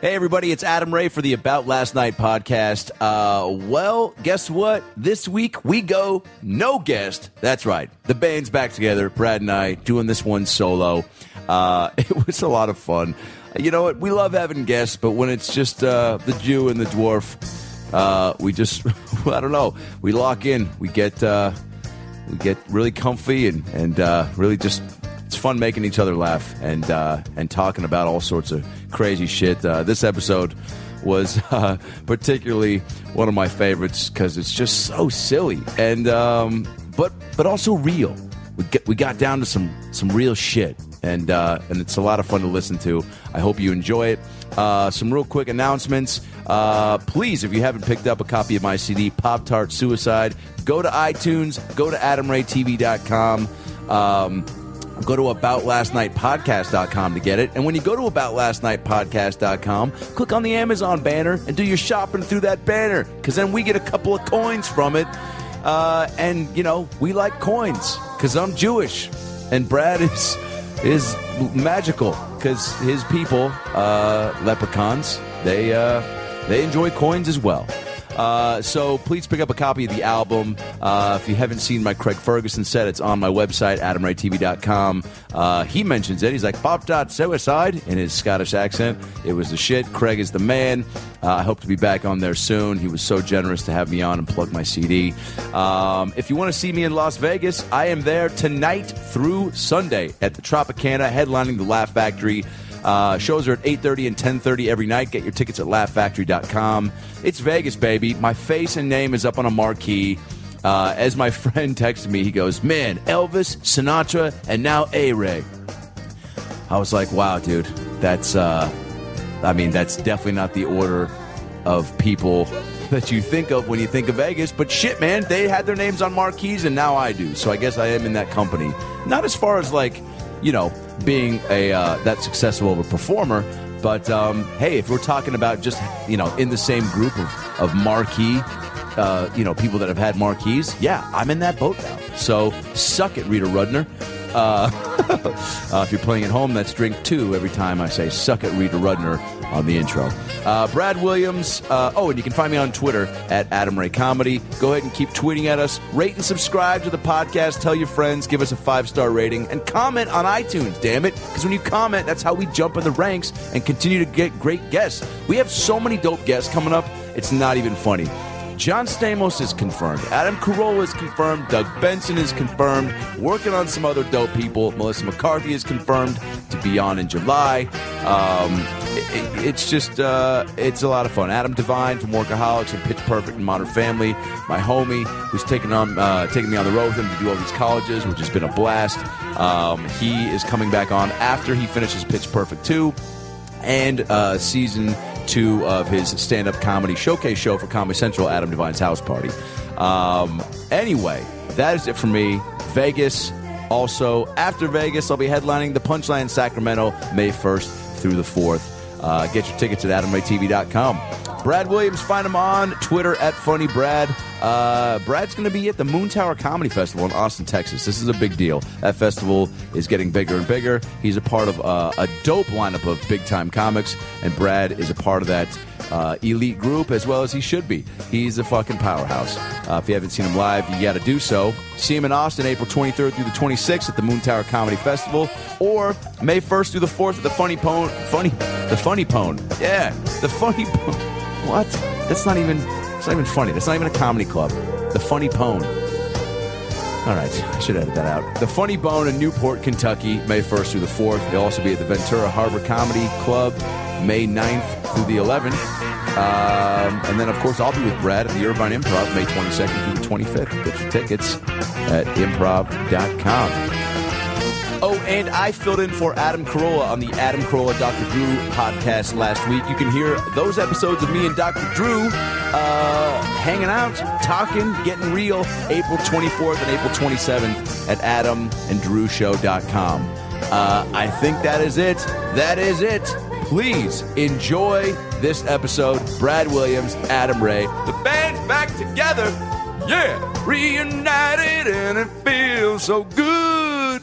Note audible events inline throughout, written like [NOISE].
Hey, everybody, it's Adam Ray for the About Last Night podcast. Uh, well, guess what? This week we go no guest. That's right. The band's back together, Brad and I, doing this one solo. Uh, [LAUGHS] it was a lot of fun. You know what? We love having guests, but when it's just uh, the Jew and the dwarf, uh, we just, [LAUGHS] I don't know, we lock in. We get. Uh, we get really comfy and and uh, really just it's fun making each other laugh and uh, and talking about all sorts of crazy shit. Uh, this episode was [LAUGHS] uh, particularly one of my favorites because it's just so silly and um, but but also real. We get, we got down to some some real shit and uh, and it's a lot of fun to listen to. I hope you enjoy it. Uh, some real quick announcements. Uh, please, if you haven't picked up a copy of my CD, Pop Tart Suicide, go to iTunes, go to AdamRayTV.com. Um, go to aboutlastnightpodcast.com to get it and when you go to aboutlastnightpodcast.com click on the amazon banner and do your shopping through that banner because then we get a couple of coins from it uh, and you know we like coins because i'm jewish and brad [LAUGHS] is is magical because his people uh, leprechauns they uh, they enjoy coins as well uh, so please pick up a copy of the album. Uh, if you haven't seen my Craig Ferguson set, it's on my website, adamraytv.com. Uh, he mentions it. He's like, Pop Dot Suicide in his Scottish accent. It was the shit. Craig is the man. Uh, I hope to be back on there soon. He was so generous to have me on and plug my CD. Um, if you want to see me in Las Vegas, I am there tonight through Sunday at the Tropicana, headlining the Laugh Factory. Uh, shows are at 8.30 and 10.30 every night. Get your tickets at laughfactory.com. It's Vegas, baby. My face and name is up on a marquee. Uh, as my [LAUGHS] friend texted me, he goes, man, Elvis, Sinatra, and now A-Ray. I was like, wow, dude, that's, uh, I mean, that's definitely not the order of people that you think of when you think of Vegas. But shit, man, they had their names on marquees, and now I do. So I guess I am in that company. Not as far as like, you know, being a uh, that successful of a performer. But um, hey, if we're talking about just you know in the same group of, of marquee, uh, you know, people that have had marquees, yeah, I'm in that boat now. So suck it, Rita Rudner. Uh, uh, if you're playing at home, that's drink two every time I say suck it, Rita Rudner on the intro. Uh, Brad Williams. Uh, oh, and you can find me on Twitter at Adam Ray Comedy. Go ahead and keep tweeting at us. Rate and subscribe to the podcast. Tell your friends. Give us a five star rating and comment on iTunes. Damn it! Because when you comment, that's how we jump in the ranks and continue to get great guests. We have so many dope guests coming up. It's not even funny. John Stamos is confirmed. Adam Carolla is confirmed. Doug Benson is confirmed. Working on some other dope people. Melissa McCarthy is confirmed to be on in July. Um, it- it- it's just, uh, it's a lot of fun. Adam Devine from Workaholics and Pitch Perfect and Modern Family. My homie, who's taking on uh, taking me on the road with him to do all these colleges, which has been a blast. Um, he is coming back on after he finishes Pitch Perfect 2 and uh, season two of his stand up comedy showcase show for Comedy Central, Adam Devine's House Party. Um, anyway, that is it for me. Vegas. Also, after Vegas, I'll be headlining the Punchline Sacramento May 1st through the 4th. Uh, get your tickets at adamraytv.com. Brad Williams, find him on Twitter at Funny Brad. Uh, Brad's going to be at the Moon Tower Comedy Festival in Austin, Texas. This is a big deal. That festival is getting bigger and bigger. He's a part of uh, a dope lineup of big time comics, and Brad is a part of that uh, elite group as well as he should be. He's a fucking powerhouse. Uh, if you haven't seen him live, you got to do so. See him in Austin April 23rd through the 26th at the Moon Tower Comedy Festival, or May 1st through the 4th at the Funny Pone. Funny, the Funny Pone. Yeah, the Funny Pone. [LAUGHS] What? That's not even. It's not even funny. That's not even a comedy club. The Funny Pone. All right, I should edit that out. The Funny Bone in Newport, Kentucky, May 1st through the 4th. They'll also be at the Ventura Harbor Comedy Club, May 9th through the 11th. Um, and then, of course, I'll be with Brad at the Irvine Improv, May 22nd through the 25th. Get your tickets at improv.com. Oh, and I filled in for Adam Carolla on the Adam Carolla Dr. Drew podcast last week. You can hear those episodes of me and Dr. Drew uh, hanging out, talking, getting real, April 24th and April 27th at adamanddrewshow.com. Uh, I think that is it. That is it. Please enjoy this episode. Brad Williams, Adam Ray. The band's back together. Yeah, reunited, and it feels so good.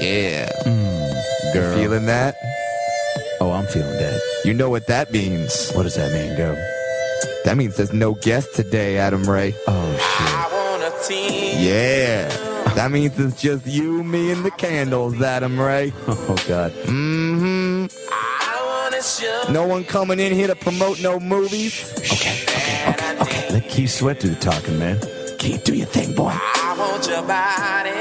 Yeah. Girl. Feeling that? oh, I'm feeling that. You know what that means. What does that mean, girl? That means there's no guest today, Adam Ray. Oh, I want a team. Yeah. [LAUGHS] That means it's just you, me, and the candles, Adam Ray. shit. [LAUGHS] Oh, God. Mm-hmm. I want to show No one coming in here to promote no movies. that I did. Let Keith Sweat do the talking, man. Keith, do your thing, boy. I want your body.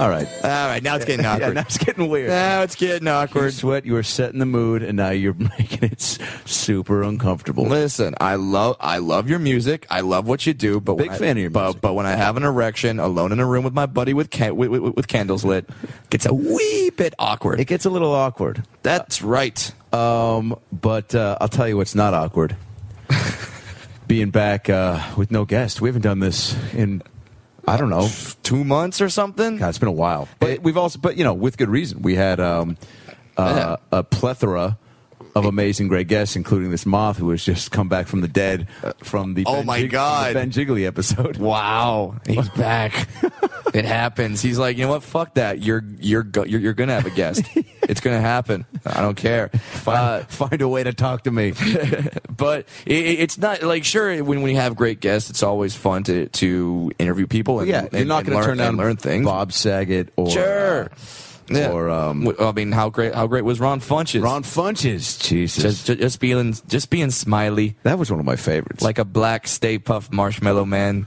All right. All right, now it's [LAUGHS] getting Yeah, awkward. now it's getting weird. Now it's getting Keith awkward. Sweat, you were setting the mood, and now you're [LAUGHS] making it s- super uncomfortable. Listen, I love I love your music. I love what you do. But Big when I- fan of your music. But, but when I have an erection alone in a room with my buddy with can- with, with, with candles lit, gets a wee bit awkward. It gets a little awkward. That's right. Um, but uh, I'll tell you what's not [LAUGHS] awkward. Being back uh, with no guest. We haven't done this in, I don't know, Two months or something. God, it's been a while. But It- we've also, but you know, with good reason. We had um, uh, a plethora of amazing great guests, including this moth who has just come back from the dead from the Oh ben my Jig- God. the Ben Jiggly episode. Wow, he's back. it happens. He's like, you know what? Fuck that. You're you're go- you're, you're gonna have a [LAUGHS] guest. it's gonna happen. I don't care. Uh, [LAUGHS] Find, find a way to talk to [LAUGHS] me. but it, it- it's not like sure when we have great guests, it's always fun to to interview people. And, yeah, you're and- not going and to learn- turn down and learn things. Bob Saget or uh, Sure. Yeah. or, um, W- I mean, how great how great was Ron Funches? uh, Ron Funches. Jesus, just, just just being just being smiley. that was one of my favorites. like a black Stay Puff [LAUGHS] Marshmallow Man.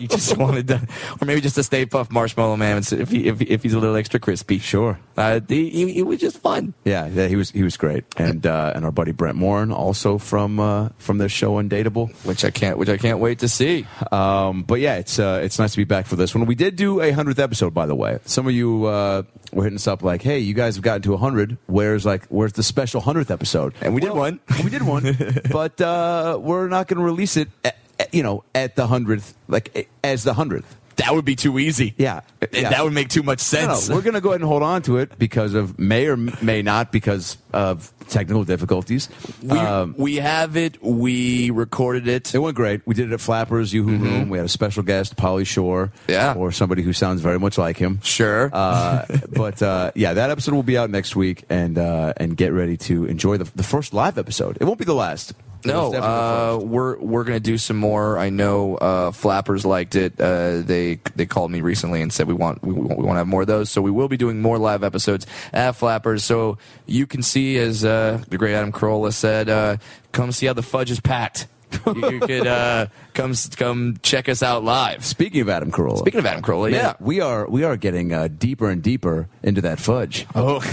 you just wanted to, or maybe just a Stay Puff Marshmallow Man if he, if, he- if he's a little extra crispy. sure. Uh, he- he- it was just fun. Yeah, yeah, he was he was great, and uh, and our buddy Brent Morin also from uh, from their show Undateable. Which I can't, which I can't wait to see. Um, but yeah, it's uh, it's nice to be back for this one. We did do a hundredth episode, by the way. Some of you uh, were hitting us up like, "Hey, you guys have gotten to hundred. Where's like where's the special hundredth episode?" And we did one. we [LAUGHS] did one, but uh, we're not going to release it. At, at- you know, at the hundredth, like a- as the hundredth. That would be too easy. Yeah, yeah. that would make too much No, no, sense. we're going to go ahead and hold on to it because of may or may not because of technical difficulties. we, Um, we have it. We recorded it. It went great. We did it at Flappers, Yoo-Hoo Room. We had a special guest, Polly Shore, Mm-hmm. Yeah. or somebody who sounds very much like him. Sure. Uh, but uh, yeah, that episode will be out next week, and uh, and get ready to enjoy the, the first live episode. It won't be the last. No, It's definitely the first. uh, we're we're gonna do some more. I know uh, Flappers liked it. Uh, they they called me recently and said we want we, we want we want to have more of those. So we will be doing more live episodes at Flappers. So you can see, as uh, the great Adam Carolla said, uh, come see how the fudge is packed. [LAUGHS] you, you could uh, come s- come check us out live. speaking of Adam Carolla, Speaking of Adam Carolla, man, yeah. we are we are getting uh, deeper and deeper into that fudge.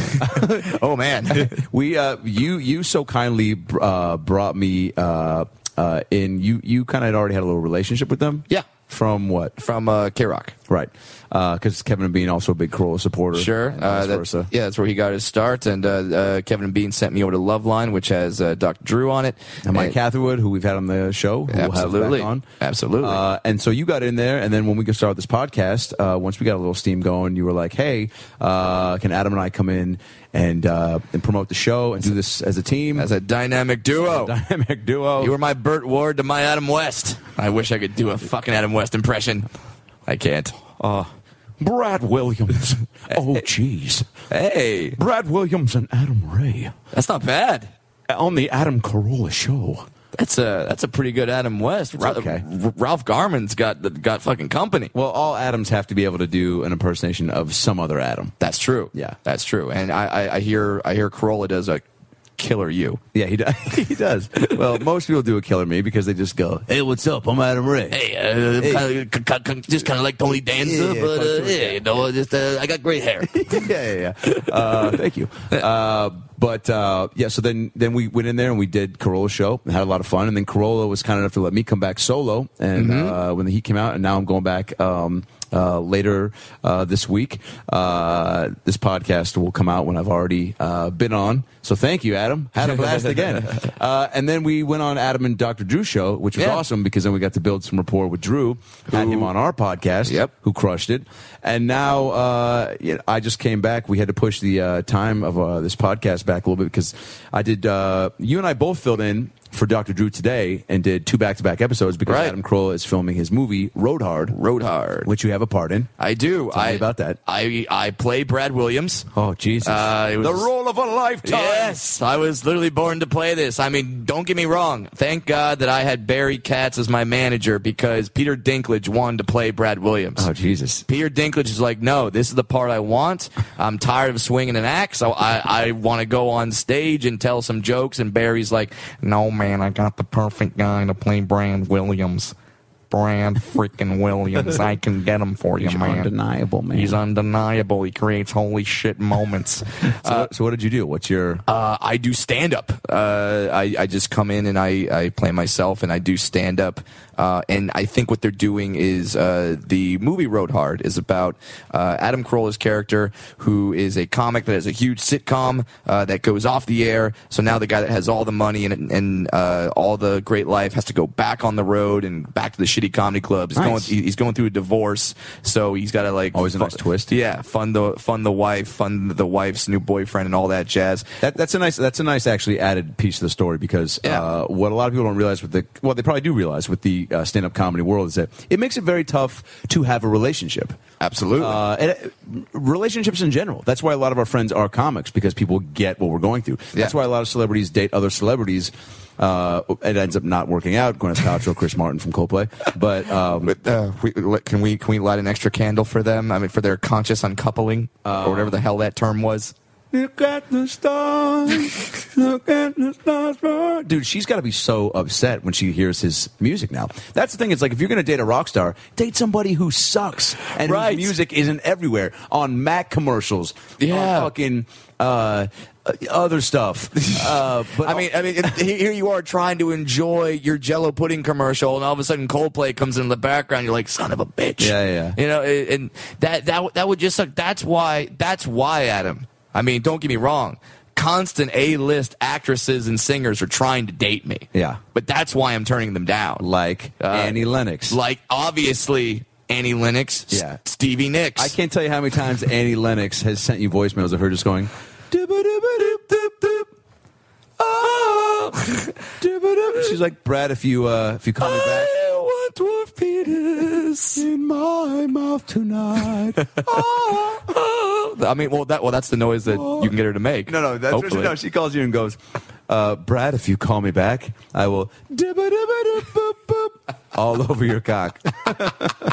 Oh, oh man. [LAUGHS] We uh, you you so kindly uh, brought me uh, uh, in. You you kind of already had a little relationship with them. Yeah. From what? From uh, K Rock. Right. Because Kevin and Bean also a big Corolla supporter. Sure. And Uh, vice that- versa. yeah, that's where he got his start. And uh, uh, Kevin and Bean sent me over to Loveline, which has uh, Dr. Drew on it. And Mike And- Catherwood, who we've had on the show, who Absolutely. we'll have back on. Absolutely. Uh, and so you got in there, and then when we could start this podcast, uh, once we got a little steam going, you were like, hey, uh, can Adam and I come in and, uh, and promote the show and do this as a team? As a dynamic duo. dynamic duo. you were my Burt Ward to my Adam West. I wish I could do a fucking Adam West impression. I can't. Brad [LAUGHS] Williams. oh, jeez. Hey, Brad Williams and Adam Ray that's not bad. on the Adam Carolla show. That's a that's a pretty good Adam West. Ra- okay. R- Ralph Garman's got got fucking company. Well, all Adams have to be able to do an impersonation of some other Adam. That's true. Yeah. that's true. And I, I, I hear I hear Corolla does a killer you. Yeah, he does. [LAUGHS] he does. Well, most people do a killer me because they just go, "Hey, what's up? I'm Adam Ray." Hey, uh, kinda- c- c- c- just kind of like Tony Danza, Yeah, but close uh, to it, yeah, you know, just uh, I got gray hair. [LAUGHS] yeah, yeah, yeah. Uh, thank you. Uh, but uh, yeah, so then then we went in there and we did Corolla show and had a lot of fun. And then Corolla was kind enough to let me come back solo, and uh, when he came out, and now I'm going back. Um, uh, later uh, this week, uh, this podcast will come out when I've already uh, been on. So thank you, Adam. Had a blast again. Uh, and then we went on Adam and Dr. Drew show, which was Yeah. awesome because then we got to build some rapport with Drew. Had him on our podcast Yep. who crushed it. And now uh, you know, I just came back. We had to push the uh, time of uh, this podcast back a little bit because I did. Uh, you and I both filled in for Dr. Drew today and did two back to back episodes because Right. Adam Carolla is filming his movie Road Hard, [LAUGHS] Road hard. which you have a part in. I do. Tell me I about that. I I play Brad Williams. Oh Jesus! Uh, it was- the role of a lifetime. Yes, I was literally born to play this. I mean, don't get me wrong. Thank God that I had Barry Katz as my manager because Peter Dinklage wanted to play Brad Williams. Oh Jesus! Peter Dinklage is like, no, this is the part I want. I'm tired of swinging an axe. I, I, I want to go on stage and tell some jokes. And Barry's like, no, man, I got the perfect guy to play Brad Williams. Brad freaking Williams. I can get him for you, man. undeniable, man. He's undeniable. He creates holy shit moments. So, Uh, so what did you do? What's your? Uh, I do stand up. Uh, I, I just come in and I, I play myself and I do stand up. Uh, and I think what they're doing is uh, the movie Road Hard is about uh, Adam Carolla's character, who is a comic that has a huge sitcom uh, that goes off the air. So now the guy that has all the money and, and uh, all the great life has to go back on the road and back to the shitty comedy clubs. He's, Nice. going, he- he's going through a divorce, so he's got to like Always a fu- nice twist. Yeah, fund the fund the wife, fund the wife's new boyfriend, and all that jazz. That, that's a nice. That's a nice, actually, added piece of the story because Yeah. uh, what a lot of people don't realize with the well, they probably do realize with the uh, stand-up comedy world is that it makes it very tough to have a relationship. Absolutely. Uh, and uh, relationships in general. That's why a lot of our friends are comics because people get what we're going through. That's Yeah. why a lot of celebrities date other celebrities. Uh, it ends up not working out. Gwyneth Paltrow, Chris Martin from Coldplay, but um, But, uh, we, like, can we can we light an extra candle for them? I mean, for their conscious uncoupling or whatever the hell that term was. Look at the stars. Look at the stars. bro. Dude, she's got to be so upset when she hears his music now. That's the thing. It's like if you're going to date a rock star, date somebody who sucks and Right. whose music isn't everywhere on Mac commercials. Yeah. On fucking uh, other [LAUGHS] stuff. Uh, but I mean, I mean, it- here you are trying to enjoy your Jello pudding commercial, and all of a sudden Coldplay comes in the background. You're like, son of a bitch. Yeah, yeah. You know, and and that that that would just suck. That's why. That's why Adam. I mean, don't get me wrong. Constant A-list actresses and singers are trying to date me. Yeah. but that's why I'm turning them down. like Uh, Annie Lennox. like obviously Annie Lennox, S- Yeah. Stevie Nicks. I can't tell you how many times Annie Lennox has sent you voicemails of her just going. "Dibba-dibba-dip-dip-dip." Oh. Dibba-dip. She's like Brad. If you uh, if you call me back, want dwarf penis. in my mouth tonight. I mean, well, that well, that's the noise that you can get her to make. [LAUGHS] no, no, that's Hopefully. no. She calls you and goes, uh, Brad. If you call me back, I will dibba-dibba-dip-boop-boop [LAUGHS] all over your cock. [LAUGHS]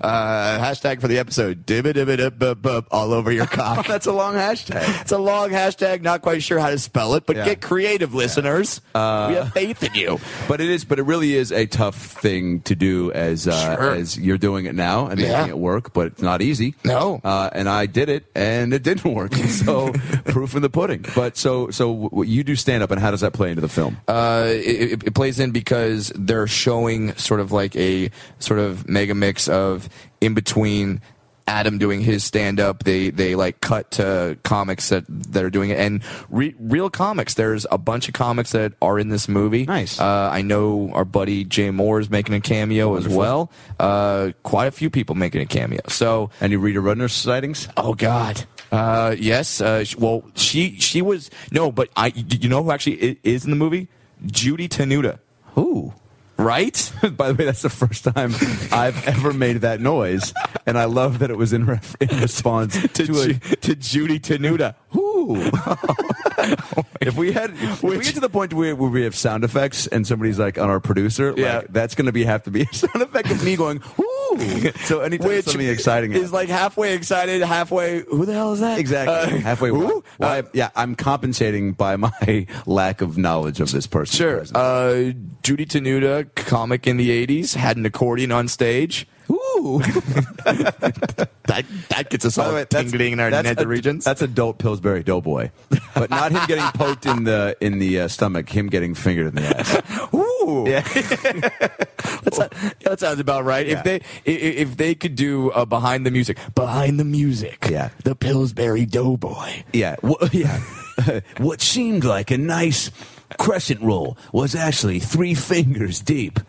Uh, hashtag for the episode: dibba dibba dib bub bub all over your cock. That's a long hashtag. [LAUGHS] It's a long hashtag. Not quite sure how to spell it, but Yeah. get creative, listeners. we have faith in you. But it is, but it really is a tough thing to do as uh, Sure. as you're doing it now and making Yeah. it work. But it's not easy. No. uh, and I did it, and it didn't work. [LAUGHS] So proof in the pudding. But so so w- w- you do stand up, and how does that play into the film? uh, it, it- it plays in because they're showing sort of like a sort of mega mix of in between Adam doing his stand up. They they like cut to comics that that are doing it and re- real comics. There's a bunch of comics that are in this movie. Nice. Uh, I know our buddy Jay Moore is making a cameo as well. Uh, quite a few people making a cameo. So Any Rita Rudner sightings? Oh God. Uh, yes. Uh, sh- well, she she was no, but I. You know who actually i- is in the movie? Judy Tenuta. Who? [LAUGHS] Right? By the way, that's the first time [LAUGHS] I've ever made that noise, and I love that it was in, ref- in response [LAUGHS] to, a Ju- [LAUGHS] to Judy [LAUGHS] Tenuta. Ooh. if we [LAUGHS] had, if we get to the point where, where we have sound effects and somebody's like on our producer, Yeah. like, that's going to be have to be a [LAUGHS] sound effect of me going, [LAUGHS] ooh. So anytime Which something exciting is happens- like halfway excited, halfway. Who the hell is that? exactly Uh, halfway. Who? Why- Uh, yeah, I'm compensating by my [LAUGHS] lack of knowledge of this person. sure. Uh, Judy Tenuta, comic in the '80s, had an accordion on stage. [LAUGHS] ooh. That that gets us all tingling in our that's nether ad- regions. That's adult Pillsbury Doughboy, but not him getting poked in the in the uh, stomach. Him getting fingered in the [LAUGHS] ass. [LAUGHS] Ooh. Yeah. That's not- that sounds about right. Yeah. If they i- i- if they could do uh, behind the music, behind the music, Yeah. the Pillsbury Doughboy. Yeah, wh- [LAUGHS] yeah. what seemed like a nice crescent roll was actually three [LAUGHS] fingers deep.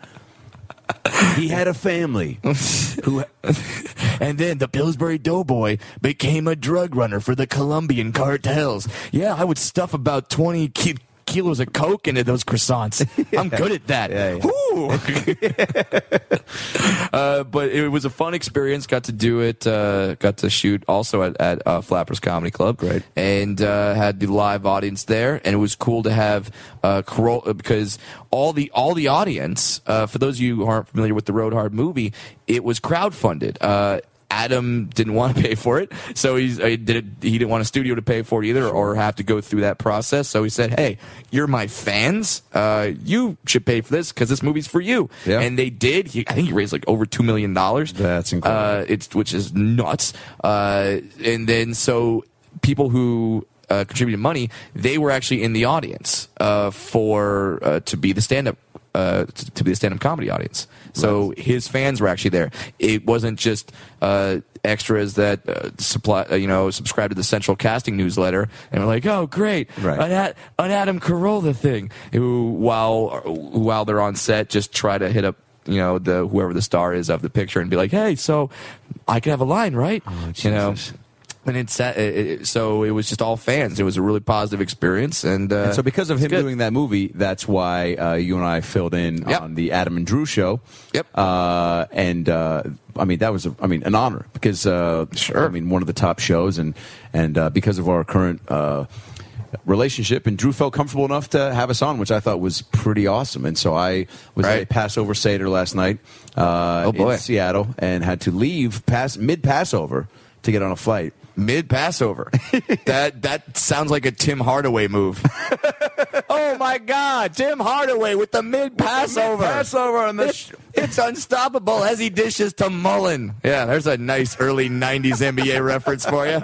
He had a family. Who, and then the Pillsbury Doughboy became a drug runner for the Colombian cartels. Yeah, I would stuff about 20 ki- kilos of coke into those croissants. I'm good at [LAUGHS] that. Yeah, yeah. [LAUGHS] Woo! uh, but it was a fun experience. Got to do it. Uh, got to shoot also at, at uh, Flappers Comedy Club. Great. And uh, had the live audience there, and it was cool to have uh, Corolla uh, because all the all the audience. Uh, for those of you who aren't familiar with the Road Hard movie, it was crowdfunded. Uh, Adam didn't want to pay for it, so he's, uh, he did. He didn't want a studio to pay for it either, or have to go through that process. So he said, "Hey, you're my fans. Uh, you should pay for this because this movie's for you." Yeah. And they did. He, I think he raised like over two million dollars. That's incredible. Uh, it's which is nuts. Uh, and then so people who uh, contributed money, they were actually in the audience uh, for uh, to be the stand up. Uh, t- to be the stand-up comedy audience, so his fans were actually there. It wasn't just uh, extras that uh, supply, uh, you know, subscribe to the central casting newsletter and were like, "Oh, great, Right. an, Ad- an Adam Carolla thing." Who, while while they're on set, just try to hit up you know the whoever the star is of the picture and be like, "Hey, so I could have a line, right?" you know. Oh, Jesus. And it's uh, it, it, so it was just all fans. It was a really positive experience, and, uh, And so, because of it's him good. doing that movie, that's why uh, you and I filled in Yep. on the Adam and Drew show. Yep. Uh, and uh, I mean, that was, a, I mean, an honor because, uh, Sure. I mean, one of the top shows, and and uh, because of our current uh, relationship, and Drew felt comfortable enough to have us on, which I thought was pretty awesome. And so, I was at Right. a Passover Seder last night. Uh, Oh, boy. In Seattle, and had to leave pass mid Passover to get on a flight. [LAUGHS] mid Passover. that that sounds like a Tim Hardaway move. oh my God, Tim Hardaway with the mid Passover. Passover on the. [LAUGHS] It's, it's unstoppable as he dishes to Mullen. Yeah, there's a nice early '90s NBA reference for you.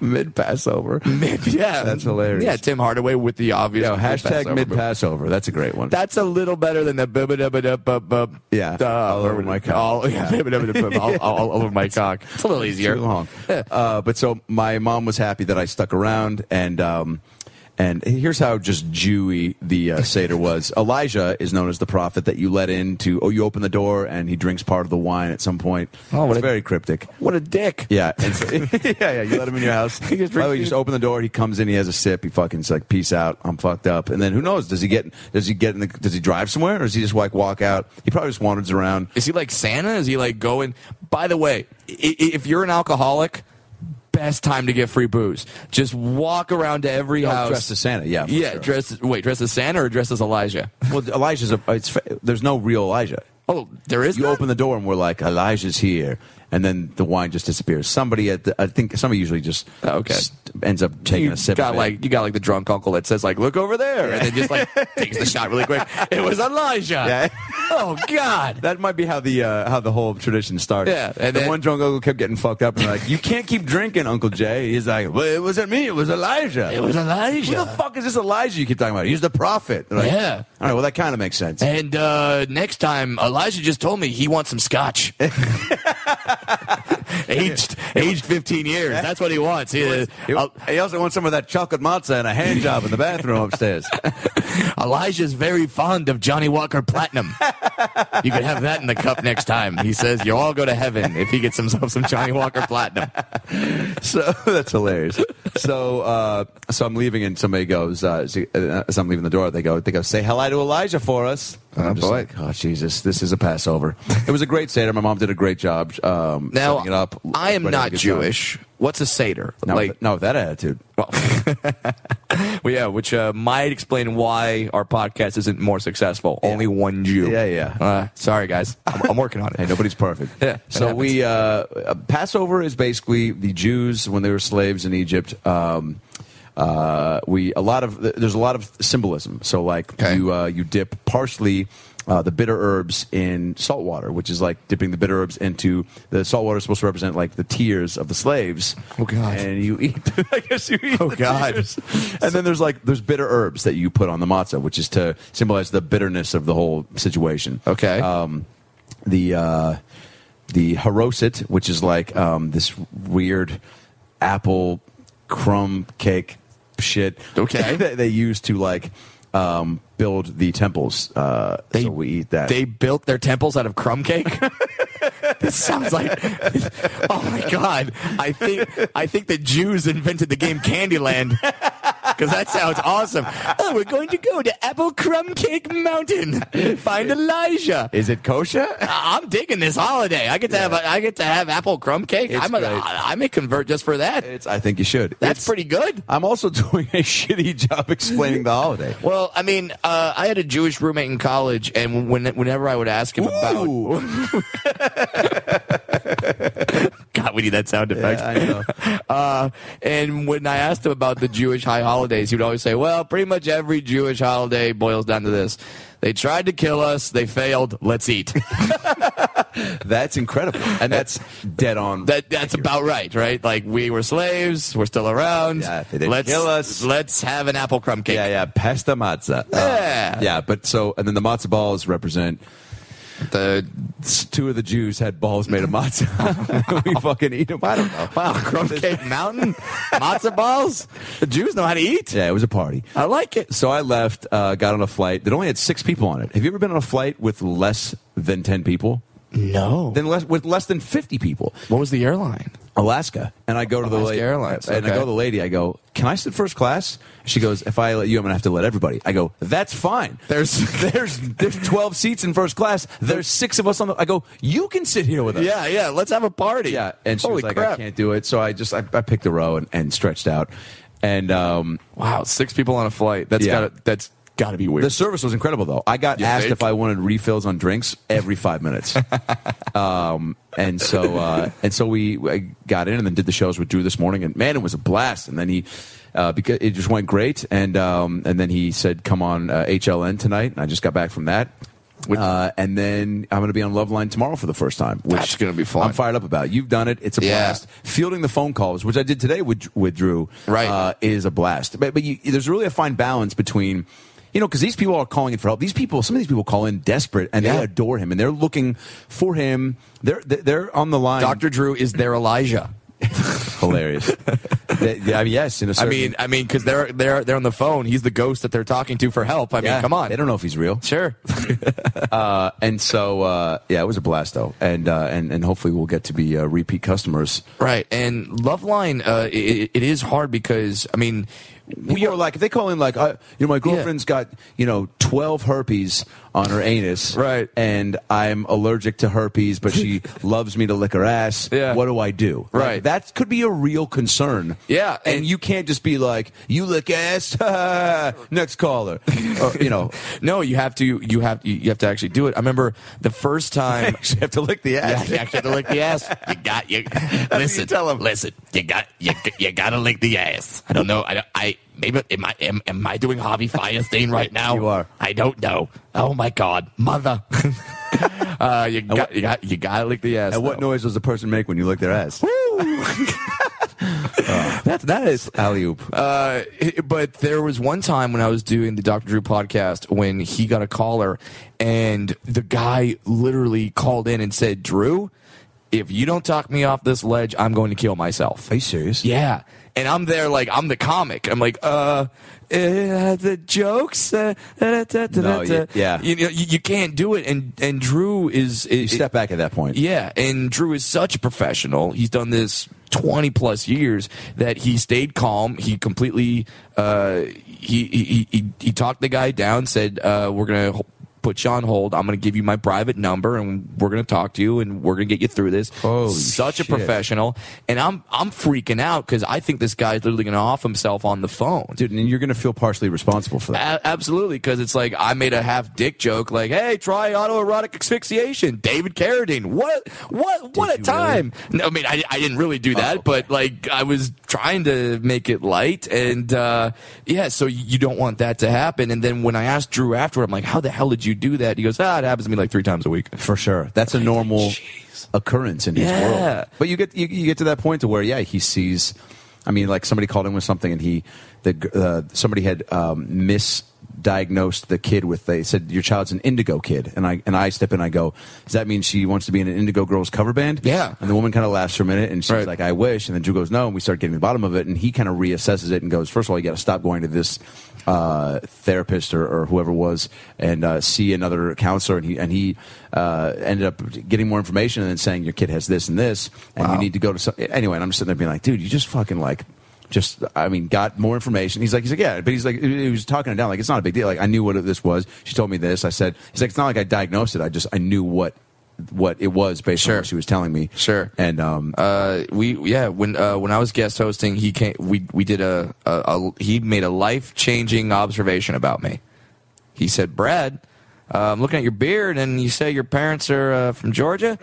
mid [LAUGHS] Passover. Yeah, That's hilarious. Yeah, Tim Hardaway with the obvious Yo, hashtag mid-Passover mid move. Passover. That's a great one. That's a little better than the bub dub dub bub bub. Yeah, uh, all over my cock. All, yeah, bub-a-dub-a-dub, all, all, [LAUGHS] all over my cock. It's a little easier. too long. [LAUGHS] Uh, but so my mom was happy that I stuck around, and um, and here's how just Jewy the uh, seder [LAUGHS] was. Elijah is known as the prophet that you let in to. Oh, you open the door, and he drinks part of the wine at some point. Oh, what it's a- very cryptic. What a dick. Yeah, and so- yeah, [LAUGHS] yeah. You let him in your house. He just By the way, drinks- you just open the door. He comes in. He has a sip. He fucking's like, "Peace out. I'm fucked up." And then who knows? Does he get? Does he get in the? Does he drive somewhere, or does he just like walk out? He probably just wanders around. Is he like Santa? Is he like going? By the way, i- i- if you're an alcoholic, best time to get free booze. Just walk around to every Oh, house. dressed as Santa, yeah, for yeah. sure. Dressed. Wait, dressed as Santa or dressed as Elijah? Well, Elijah's a. It's, there's no real Elijah. Oh, there is. you none? open the door and we're like Elijah's here, and then the wine just disappears. Somebody at the, I think somebody usually just Oh, okay. ends up taking you a sip. Got of it. like you got like the drunk uncle that says like look over there and then just like takes the shot really quick. It was Elijah. Yeah. [LAUGHS] Oh God. that might be how the uh, how the whole tradition started. Yeah, and and the then- one drunk uncle kept getting fucked up and like you can't keep drinking, Uncle Jay. He's like, well, it wasn't me, it was Elijah. It was Elijah. Who the fuck is this Elijah you keep talking about? He's the prophet. They're like, Yeah. All right. Well, that kind of makes sense. And uh, next time, Elijah just told me he wants some scotch. aged, aged 15 years. That's what he wants. He- He- uh, he also wants some of that chocolate matzah and a hand job in the bathroom upstairs. [LAUGHS] Elijah's very fond of Johnny Walker Platinum. you can have that in the cup next time. He says you'll all go to heaven if he gets himself some Johnny Walker Platinum. So [LAUGHS] that's hilarious. So, uh, so I'm leaving, and somebody goes, uh, as I'm leaving the door, they go, they go, say hello to Elijah for us. And I'm Oh, just boy. like, oh Jesus, this is a Passover. it was a great seder. My mom did a great job. Um, Now, setting it up. I am ready to not get Jewish. What's a Seder? started. No, like, with- no, with that attitude. Well, [LAUGHS] well yeah, which uh, might explain why our podcast isn't more successful. Only one Jew. Yeah, yeah. Uh, sorry, guys. I'm, I'm working on Hey, it. nobody's perfect. Yeah, it So we uh, uh, Passover is basically the Jews when they were slaves in Egypt. Um, uh, we a lot of there's a lot of symbolism. So like Okay. you uh, you dip parsley. Uh, the bitter herbs in salt water, which is like dipping the bitter herbs into the salt water, is supposed to represent like the tears of the slaves. Oh, God. And you eat. [LAUGHS] I guess you eat. Oh, the God. tears. And then there's like there's bitter herbs that you put on the matzah, which is to symbolize the bitterness of the whole situation Okay. um, the uh, the haroset, which is like um, this weird apple crumb cake shit. [LAUGHS] Okay. that they use to like um, build the temples. Uh, They- so we eat that. [LAUGHS] they built their temples out of crumb cake. [LAUGHS] this sounds like, [LAUGHS] oh my god! I think I think the Jews invented the game Candyland. [LAUGHS] because that sounds awesome. Oh, we're going to go to Apple Crumb Cake Mountain. Find Elijah. Is it kosher? I- I'm digging this holiday. I get to have a, I get to have apple crumb cake. It's I'm a, great. I I may convert just for that. It's, I think you should. That's It's- pretty good. I'm also [LAUGHS] doing a shitty job explaining the holiday. Well, I mean, uh, I had a Jewish roommate in college, and when, whenever I would ask him about, [LAUGHS] God, we need that sound effect. Yeah, I know. Uh, and when I asked him about the Jewish high holidays, he would always say, "Well, pretty much every Jewish holiday boils down to this: they tried to kill us, they failed. Let's [LAUGHS] eat." That's incredible. And that's dead on. That that's about right, right? Like we were slaves, we're still around. Yeah, they didn't let's kill us. Let's have an apple crumb cake. yeah, yeah. Pasta matzah. Uh, Yeah. yeah, but so, and then the matzah balls represent The two of the Jews had balls made of matzah. [LAUGHS] we fucking eat them. I don't know. wow, crumb cake [LAUGHS] mountain, matzo balls. The Jews know how to eat. Yeah, it was a party. I like it. So I left, uh, got on a flight that only had six people on it. Have you ever been on a flight with less than 10 people? No. Then less, with less than 50 people? what was the airline? Alaska. And I go to the Alaska lady, Airlines, and I okay. go to the lady. I go, "Can I sit first class?" She goes, "If I let you, I'm gonna have to let everybody." I go, "That's fine." There's- [LAUGHS] there's there's 12 seats in first class. There's six of us on the. I go, "You can sit here with us." Yeah, yeah. Let's have a party. yeah. And she Holy was like, crap. "I can't do it." So I just I, I picked a row and, and stretched out. And um, Wow, six people on a flight. That's Yeah. gotta that's gotta be weird. the service was incredible, though. I got You asked think? if I wanted refills on drinks every five minutes. [LAUGHS] um, and so uh, and so we I got in and then did the shows with Drew this morning, and man, it was a blast. And then he. Uh, because it just went great, and um, and then he said, "Come on, uh, HLN tonight." And I just got back from that, uh, and then I'm going to be on Love Line tomorrow for the first time. Which That's gonna be fun. I'm fired up about. You've done it; it's a Yeah. blast. Fielding the phone calls, which I did today with with Drew, Right. uh, is a blast. But, but you, there's really a fine balance between, you know, because these people are calling in for help. These people, some of these people call in desperate and Yeah. they adore him and they're looking for him. They're they're- they're on the line. Dr. Drew is their Elijah. [LAUGHS] hilarious. They- they- I mean, yes, in a I certain, mean, I mean, because they're they're they're on the phone. He's the ghost that they're talking to for help. I yeah, mean, come on. They don't know if he's real. Sure. Uh, and so, uh, yeah, it was a blast though, and uh, and and hopefully we'll get to be uh, repeat customers. [LAUGHS] Right, and Loveline, uh, it, it is hard because I mean, We are like if they call in like I, you know my girlfriend's got you know twelve herpes on her anus Right. and I'm allergic to herpes but [LAUGHS] she loves me to lick her ass Yeah. what do I do Like, Right. that could be a real concern Yeah, and, and- you can't just be like you lick ass [LAUGHS] next caller or, you [LAUGHS] know no, you have to, you have, you have to actually do it. I remember the [LAUGHS] first time. [LAUGHS] you have to lick the Yeah, ass you actually have to lick the ass. You got [LAUGHS] you. listen, tell him. Listen, you got you. You gotta lick the ass. I don't know. I don't, I maybe am I am, am I doing Javi Firestein right now? You are. I don't know. Oh my God, mother. [LAUGHS] uh, you got you got you gotta lick the ass. and what though. noise does a person make when you lick their ass that's that is alley oop Uh, but there was one time when I was doing the Dr. Drew podcast when he got a caller, and the guy literally called in and said, "Drew, if you don't talk me off this ledge, I'm going to kill myself." are you serious Yeah. And I'm there like I'm the comic. I'm like, uh, uh the jokes. Uh, da, da, da, da, No, da. y- yeah. You, know, you you can't do it. And and Drew is, you is step back at that point yeah, and Drew is such a professional. He's done this 20 plus years that he stayed calm. He completely uh, he, he he he talked the guy down. Said uh, we're gonna. ho- Put you on hold. I'm going to give you my private number, and we're going to talk to you, and we're going to get you through this. Holy Such shit. a professional, and I'm I'm freaking out because I think this guy's literally going to off himself on the phone. dude and you're gonna feel partially responsible for that. A- absolutely, because it's like I made a half dick joke, like, "Hey, try autoerotic asphyxiation." David Carradine, what, what, what a you Oh, time! No, I mean, I, I didn't really do that, but like I was trying to make it light, and uh, yeah, so you don't want that to happen. And then when I asked Drew afterward, I'm like, "How the hell did you do that?" He goes, "Ah, it happens to me like three times a week." For sure, that's a normal occurrence in his Yeah. world. But you get you, you get to that point to where yeah, he sees. I mean, like somebody called in with something, and he the g- uh, somebody had um, misdiagnosed the kid with they said your child's an indigo kid, and I and I step in, I go, does that mean she wants to be in an indigo girls cover band? Yeah. And the woman kind of laughs for a minute, and she's Right. like, I wish. And then Drew goes, no, and we start getting to the bottom of it, and he kind of reassesses it and goes, first of all, you got to stop going to this. Uh, therapist or, or whoever it was, and uh, see another counselor, and he and he uh, ended up getting more information and then saying your kid has this and this, and you need to go to some. Anyway, and I'm just sitting there being like, dude, you just fucking like Just, I mean, got more information. He's like, he's like, yeah, but he's like, he was talking it down. Like, it's not a big deal. Like, I knew what this was. She told me this. I said, he's like, it's not like I diagnosed it. I just, I knew what, what it was based on Sure. what she was telling me. Sure. And, um, uh, we yeah when uh, when I was guest hosting, he came. We we did a, a, a he made a life changing observation about me. He said, "Brad, uh, I'm looking at your beard, and you say your parents are uh, from Georgia.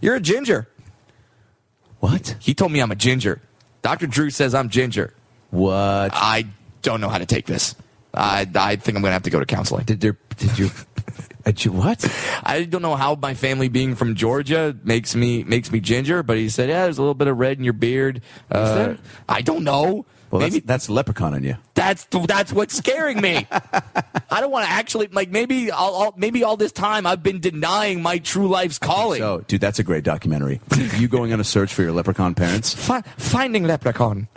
You're a ginger." what? He told me I'm a ginger. Doctor Drew says I'm ginger. What? I don't know how to take this. I I think I'm gonna have to go to counseling. Did there, did you, [LAUGHS] did you, what? I don't know how my family being from Georgia makes me makes me ginger, but he said, "Yeah, there's a little bit of red in your beard." Uh, there? I don't know. Well, maybe that's, that's leprechaun on you. that's that's what's scaring [LAUGHS] me. I don't want to actually like maybe I'll, I'll maybe all this time I've been denying my true life's calling. So, dude, that's a great documentary. you going on a search for your leprechaun parents? Fi- finding leprechaun.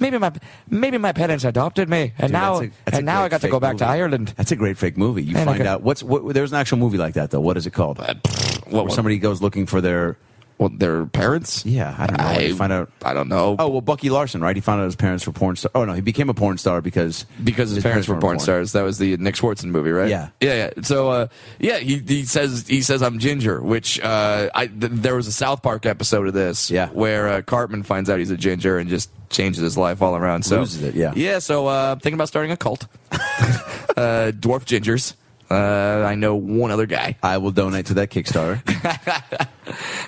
Maybe my maybe my parents adopted me, and Dude, now that's a- that's a and now great I got to fake go back to movie. Ireland. That's a great fake movie. You And I find got- out what's what, there's an actual movie like that though. What is it called? What Where somebody goes looking for their Well, their parents? yeah. I don't know. I You find out. I don't know. Oh well, Bucky Larson, right? He found out his parents were porn star. Oh no, he became a porn star because because his, parents, were porn stars. That was the Nick Swartzen movie, right? Yeah. yeah, yeah. So, uh, yeah, he, he says he says I'm ginger, which uh, I th- there was a South Park episode of this, Yeah. where uh, Cartman finds out he's a ginger and just changes his life all around. So Loses it, yeah. yeah. So uh, I'm thinking about starting a cult, [LAUGHS] uh, dwarf gingers. Uh, I know one other guy. I will donate to that [LAUGHS] Kickstarter.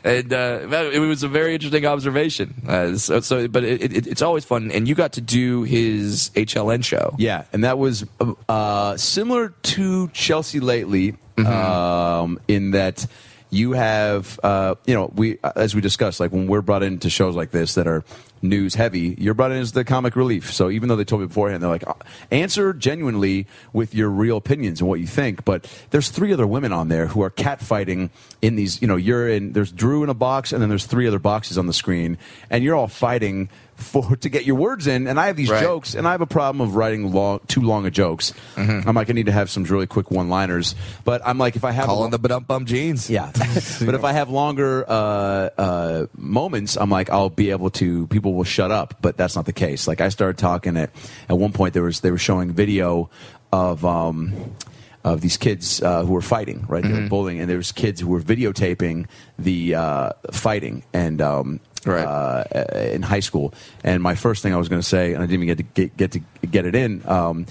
and uh, that- it was a very interesting observation. Uh, so, so, but it, it, it's always fun. And you got to do his HLN show. yeah, and that was uh, uh, similar to Chelsea lately, um, in that you have uh, you know we as we discussed, like when we're brought into shows like this that are news heavy, you're brought in as the comic relief. So even though they told me beforehand, they're like, "Uh, answer genuinely with your real opinions and what you think. But there's three other women on there who are catfighting in these. You know, you're in. There's Drew in a box, and then there's three other boxes on the screen, and you're all fighting. For, to get your words in, and I have these Right. jokes jokes, and I have a problem of writing long, too long of jokes. Mm-hmm. I'm like, I need to have some really quick one-liners. But I'm like, if I have a Calling the Badum Bum Jeans. [LAUGHS] [LAUGHS] yeah. but if I have longer uh, uh, moments, I'm like, I'll be able to. People will shut up, but that's not the case. Like I started talking at at one point. There was they were showing video of. Um, of these kids uh, who were fighting, right? Mm-hmm. They were bullying, and there was kids who were videotaping the uh, fighting and um, Right. uh, in high school. And my first thing I was going to say, and I didn't even get to get, get to get it in, um,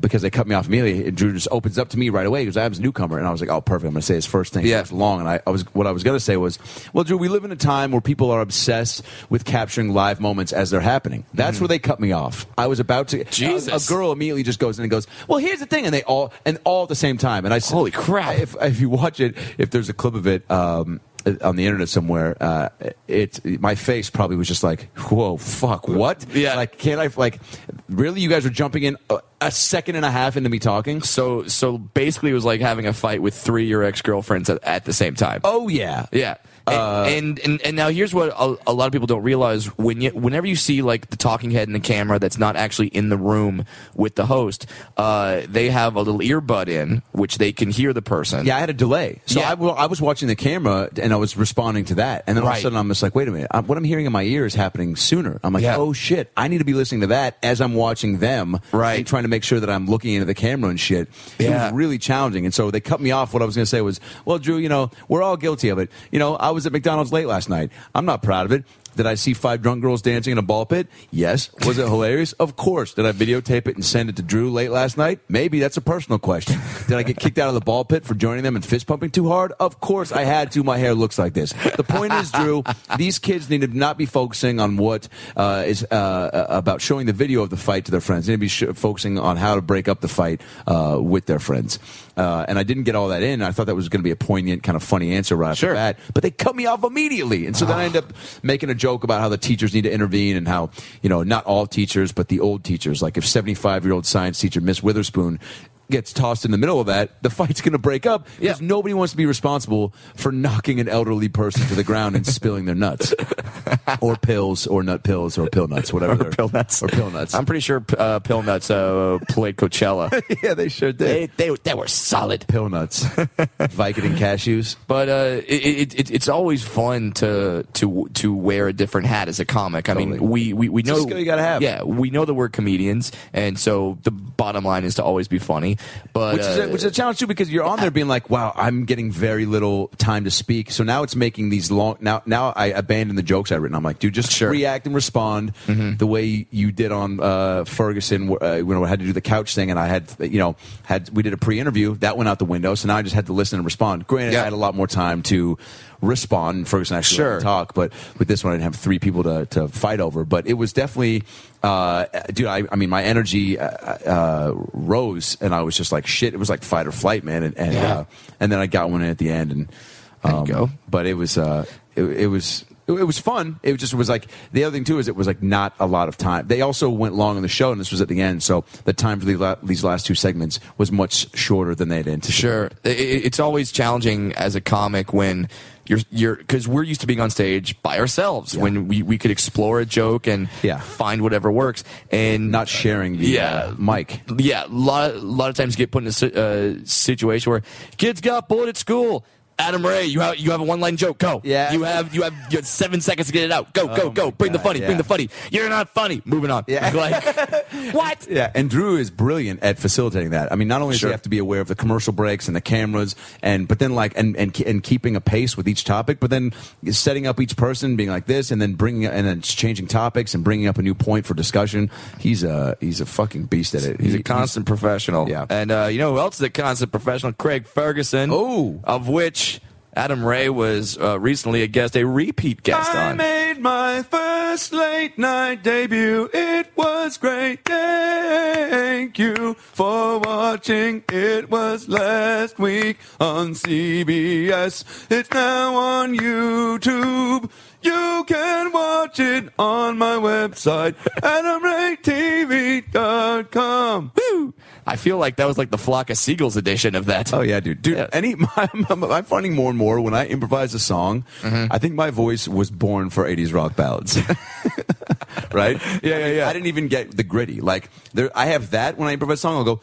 because they cut me off immediately. And Drew just opens up to me right away because I was a newcomer, and I was like, "Oh, perfect! I'm going to say his first thing." Yeah. It's long, and I, I was what I was going to say was, "Well, Drew, we live in a time where people are obsessed with capturing live moments as they're happening." That's where they cut me off. I was about to. Mm-hmm. Jesus. A, a girl immediately just goes in and goes, "Well, here's the thing," and they all and all at the same time. And I said, Holy crap. I- if, if you watch it, if there's a clip of it um, on the internet somewhere, uh, it my face probably was just like, "Whoa, fuck, what?" Yeah. like can't I like really? You guys are jumping in a, a second and a half into me talking. So so basically, it was like having a fight with three of your ex girlfriends at, at the same time. Oh Uh. yeah, yeah. And, and, and and now here's what a, a lot of people don't realize when you whenever you see like the talking head in the camera that's not actually in the room with the host, uh, they have a little earbud in which they can hear the person. Yeah, I had a delay. So Yeah. I, well, I was watching the camera and I was responding to that. And then all of Right. a sudden I'm just like, wait a minute. I'm, what I'm hearing in my ear is happening sooner. I'm like, Yeah. oh shit. I need to be listening to that as I'm watching them. Right. And trying to make sure that I'm looking into the camera and shit. It Yeah. was really challenging. And so they cut me off. What I was going to say was, well, Drew, you know, we're all guilty of it. You know, I was at McDonald's late last night. I'm not proud of it. Did I see five drunk girls dancing in a ball pit? Yes. Was it hilarious? Of course. Did I videotape it and send it to Drew late last night? Maybe. That's a personal question. Did I get kicked out of the ball pit for joining them and fist pumping too hard? Of course I had to. My hair looks like this. The point is, Drew, these kids need to not be focusing on what uh, is uh, about showing the video of the fight to their friends. They need to be sh- focusing on how to break up the fight uh, with their friends. Uh, and I didn't get all that in. I thought that was going to be a poignant, kind of funny answer right off Sure. Ah. the bat but they cut me off immediately. And so then I end up making a joke about how the teachers need to intervene and how, you know, not all teachers, but the old teachers, like if 75 year old science teacher Miss Witherspoon gets tossed in the middle of that, the fight's going to break up because Yeah. nobody wants to be responsible for knocking an elderly person to the ground and spilling their [LAUGHS] nuts or pills or nut pills or pill nuts, whatever. they're- pill nuts. Or pill nuts. I'm pretty sure uh, Pill Nuts uh, played Coachella. [LAUGHS] yeah, they sure did. they, they they were solid. pill [LAUGHS] nuts, Vicodin cashews. But uh, it, it, it, it's always fun to to to wear a different hat as a comic. I mean, Totally. we we, we know a skill you gotta have. Yeah, we know that we're comedians, and so the bottom line is to always be funny. But Which is, a, uh, which is a challenge too because you're on there being like, wow, I'm getting very little time to speak. So now it's making these long. Now, now I abandon the jokes I've written. I'm like, dude, just Sure. Mm-hmm. react and respond the way you did on uh, Ferguson. wh- Uh, when I had to do the couch thing, and I had, you know, had we did a pre-interview that went out the window. So now I just had to listen and respond. Granted, Yeah. I had a lot more time to respond. and Ferguson actually let me Sure. talk, but with this one, I didn't have three people to to fight over. But it was definitely. Uh, dude, I, I mean, my energy uh, uh, rose, and I was just like, "Shit!" It was like fight or flight, man. And and, Yeah. uh, and then I got one in at the end, and um, There you go. But it was uh, it, it was it, it was fun. It just was like the other thing too is it was like not a lot of time. They also went long on the show, and this was at the end, so the time for the, la- these last two segments was much shorter than they'd anticipated. Sure, I- I- it's always challenging as a comic when you're you're because we're used to being on stage by ourselves when we, we could explore a joke and Yeah. find whatever works and Not sharing the Yeah. uh, mic. yeah, a lot, lot of times you get put in a si- uh, situation where kids got bullied at school. Adam Ray, you have you have a one line joke. Go. Yeah. You have you have you have seven seconds to get it out. Go go Oh my go. Bring the God, funny. Bring yeah. the funny. You're not funny. Moving on. Yeah. [LAUGHS] Like, what? Yeah, and Drew is brilliant at facilitating that. I mean, not only does Sure. he have to be aware of the commercial breaks and the cameras, and but then like and and and keeping a pace with each topic, but then setting up each person being like this, and then bringing and then changing topics and bringing up a new point for discussion. He's a he's a fucking beast at it. He's He- a constant professional. Yeah. And uh, you know who else is a constant professional? Craig Ferguson. Oh. Of which Adam Ray was uh, recently a guest, a repeat guest on. made my first late night debut. It was great. Thank you for watching. It was last week on CBS. It's now on YouTube. You can watch it on my website, adamraytv.com. I feel like that was like the flock of seagulls edition of that. Oh yeah, dude, dude. Yeah. Any, I'm, I'm, I'm finding more and more when I improvise a song. I think my voice was born for '80s rock ballads, right? Yeah, I yeah, mean, yeah. I didn't even get the gritty. Like there, I have that when I improvise a song. I'll go,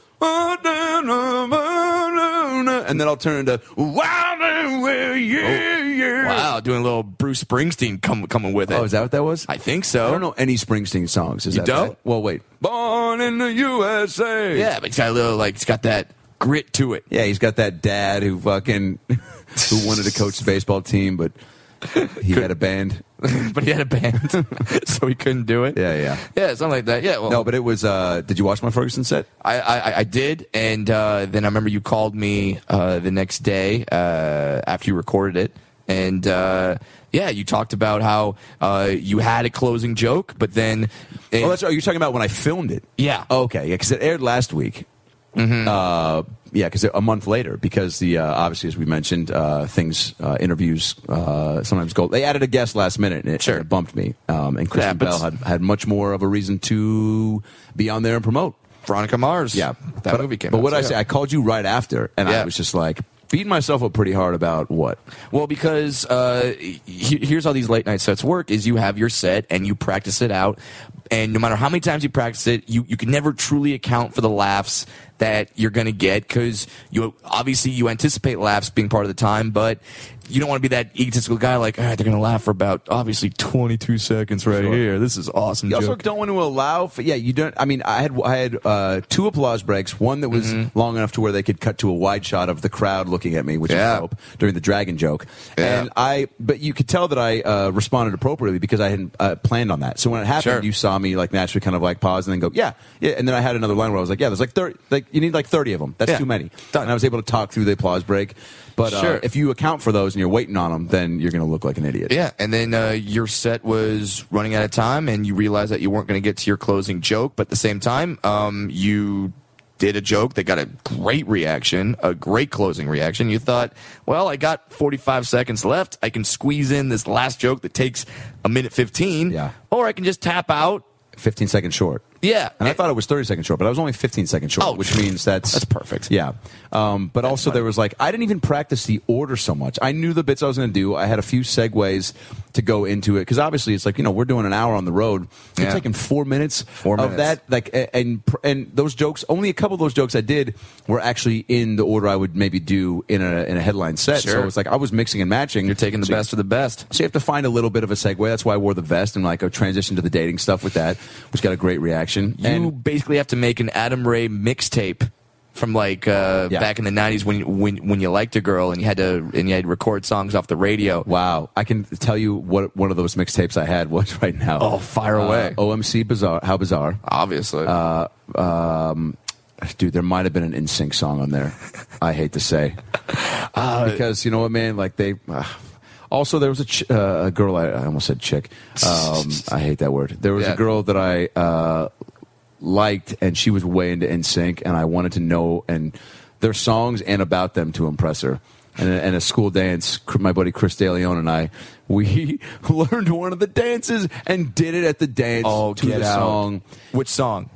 and then I'll turn into Wild and Wild, yeah, yeah. Wow, doing a little Bruce Springsteen come, coming with it. Oh, is that what that was? I think so. I don't know any Springsteen songs. Is You that don't? right? Well, wait. Born in the USA. Yeah, but it's got a little like it's got that grit to it. Yeah, he's got that dad who fucking [LAUGHS] who wanted to coach the baseball team, but he had a band. but he had a band, [LAUGHS] so he couldn't do it. Yeah, yeah. yeah, something like that. Yeah, well, No, but it was. uh Did you watch my Ferguson set? I, I I did, and uh, then I remember you called me uh, the next day uh, after you recorded it, and uh, yeah, you talked about how uh, you had a closing joke, but then Oh, that's. Are you talking about when I filmed it? Yeah. Mm-hmm. Okay. Yeah, because it aired last week. Uh, yeah, because a month later, because the uh, obviously as we mentioned, uh, things uh, interviews uh, sometimes go. They added a guest last minute, and it, Sure. it bumped me. Um, and Kristen happens. Bell had, had much more of a reason to be on there and promote. Veronica Mars. Yeah, that But- movie came. But out, what so I yeah. say, I called you right after, and Yeah. I was just like beating myself up pretty hard about what. Well, because uh, he- here's how these late night sets work: is you have your set and you practice it out, and no matter how many times you practice it, you you can never truly account for the laughs that you're going to get because you obviously you anticipate laughs being part of the time, but you don't want to be that egotistical guy like, all right, they're going to laugh for about obviously 22 seconds right Sure. here. This is awesome. You also joke. don't want to allow for yeah. You don't. I mean, I had I had uh, two applause breaks. One that was Mm-hmm. long enough to where they could cut to a wide shot of the crowd looking at me, which Yeah. is dope during the dragon joke. Yeah. And I, but you could tell that I uh, responded appropriately because I hadn't uh, planned on that. So when it happened, Sure. you saw me like naturally kind of like pause and then go yeah yeah. And then I had another line where I was like yeah, there's like thirty like you need like thirty of them. That's Yeah. too many. Done. And I was able to talk through the applause break. But Sure. uh, if you account for those and you're waiting on them, then you're going to look like an idiot. Yeah, and then uh, your set was running out of time, and you realized that you weren't going to get to your closing joke. But at the same time, um, you did a joke that got a great reaction, a great closing reaction. You thought, well, I got 45 seconds left. I can squeeze in this last joke that takes a minute 15, Yeah. or I can just tap out. Fifteen seconds short. Yeah. And I thought it was 30 seconds short, but I was only 15 seconds short, Oh, which means that's that's perfect. Yeah. Um, but also there was like I didn't even practice the order so much. I knew the bits I was going to do. I had a few segues to go into it because obviously it's like you know we're doing an hour on the road. You're Yeah. taking four minutes Four of minutes. that. Like a- and pr- and those jokes. Only a couple of those jokes I did were actually in the order I would maybe do in a in a headline set. So Sure. it's like I was mixing and matching. You're taking the So- best of the best. so you have to find a little bit of a segue. That's why I wore the vest and like a transition to the dating stuff with that, which got a great reaction. You and basically have to make an Adam Ray mixtape from like uh, Yeah. back in the '90s when when when you liked a girl and you had to and you had to record songs off the radio. wow, I can tell you what one of those mixtapes I had was [LAUGHS] right now. Oh, fire away. Uh, OMC bizarre, how bizarre, Obviously, dude. There might have been an NSYNC song on there. I hate to [LAUGHS] say, Uh, because you know what, man. Like they. Uh, also, there was a, ch- uh, a girl. I, I almost said chick. Um, I hate that word. There was Yeah. a girl that I uh, liked, and she was way into NSYNC, and I wanted to know and their songs and about them to impress her. And a, and a school dance, my buddy Chris DeLeon and I, we [LAUGHS] learned one of the dances and did it at the dance oh, to get the out. song. Which song?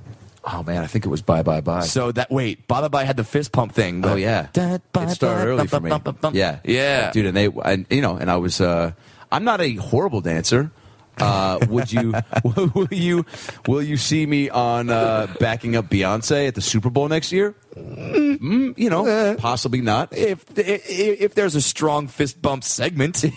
Oh man, I think it was Bye Bye Bye. So that wait, Baba Bye had the fist pump thing. Oh but- yeah, Da- ba- it started ba- early ba- for me. ba- ba- ba- Yeah, yeah. dude. And they, and you know, and I was, uh, I'm not a horrible dancer. Uh, would you, [LAUGHS] will you, will you see me on uh, backing up Beyonce at the Super Bowl next year? Mm, you know, possibly not. If, if if there's a strong fist [LAUGHS] bump segment, if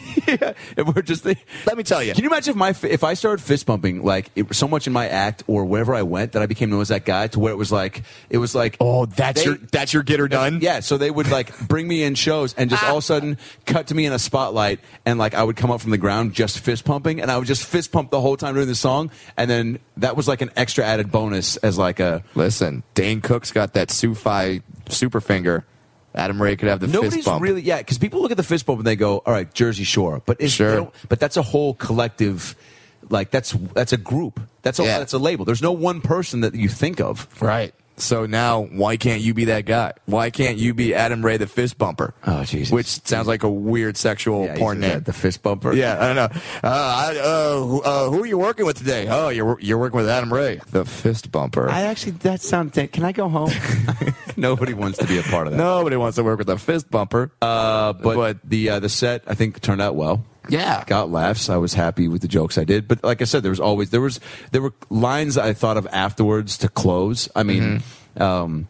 we're just, let me tell you. Can you imagine if my if I started fist bumping like it, so much in my act or wherever I went that I became known as that guy to where it was like it was like oh, that's they- your that's your get her done. Yeah, so they would [LAUGHS] like bring me in shows and just all of a sudden cut to me in a spotlight and like I would come up from the ground just fist pumping and I would just fist pump the whole time during the song and then that was like an extra added bonus as like a Listen, Dane Cook's got that Sufi super finger. Adam Ray could have the Nobody's fist bump. really yeah because people look at the fist bump and they go all right Jersey Shore but it's, Sure. they don't- but that's a whole collective like that's that's a group that's a Yeah. that's a label there's no one person that you think of Right. So now, why can't you be that guy? Why can't you be Adam Ray the fist bumper? Oh, Jesus. Which sounds like a weird sexual Yeah, porn you said name. that, the fist bumper yeah, I don't know. Uh, I, uh, who, uh, who are you working with today? Oh, you're you're working with Adam Ray, the fist bumper. I actually that sounds can I go home [LAUGHS] nobody wants to be a part of that Nobody wants to work with a fist bumper. Uh, but, But- the uh, the set I think turned out well. yeah. Got laughs. I was happy with the jokes I did, but like I said, there was always there was there were lines I thought of afterwards to close. I mean, Mm-hmm. um,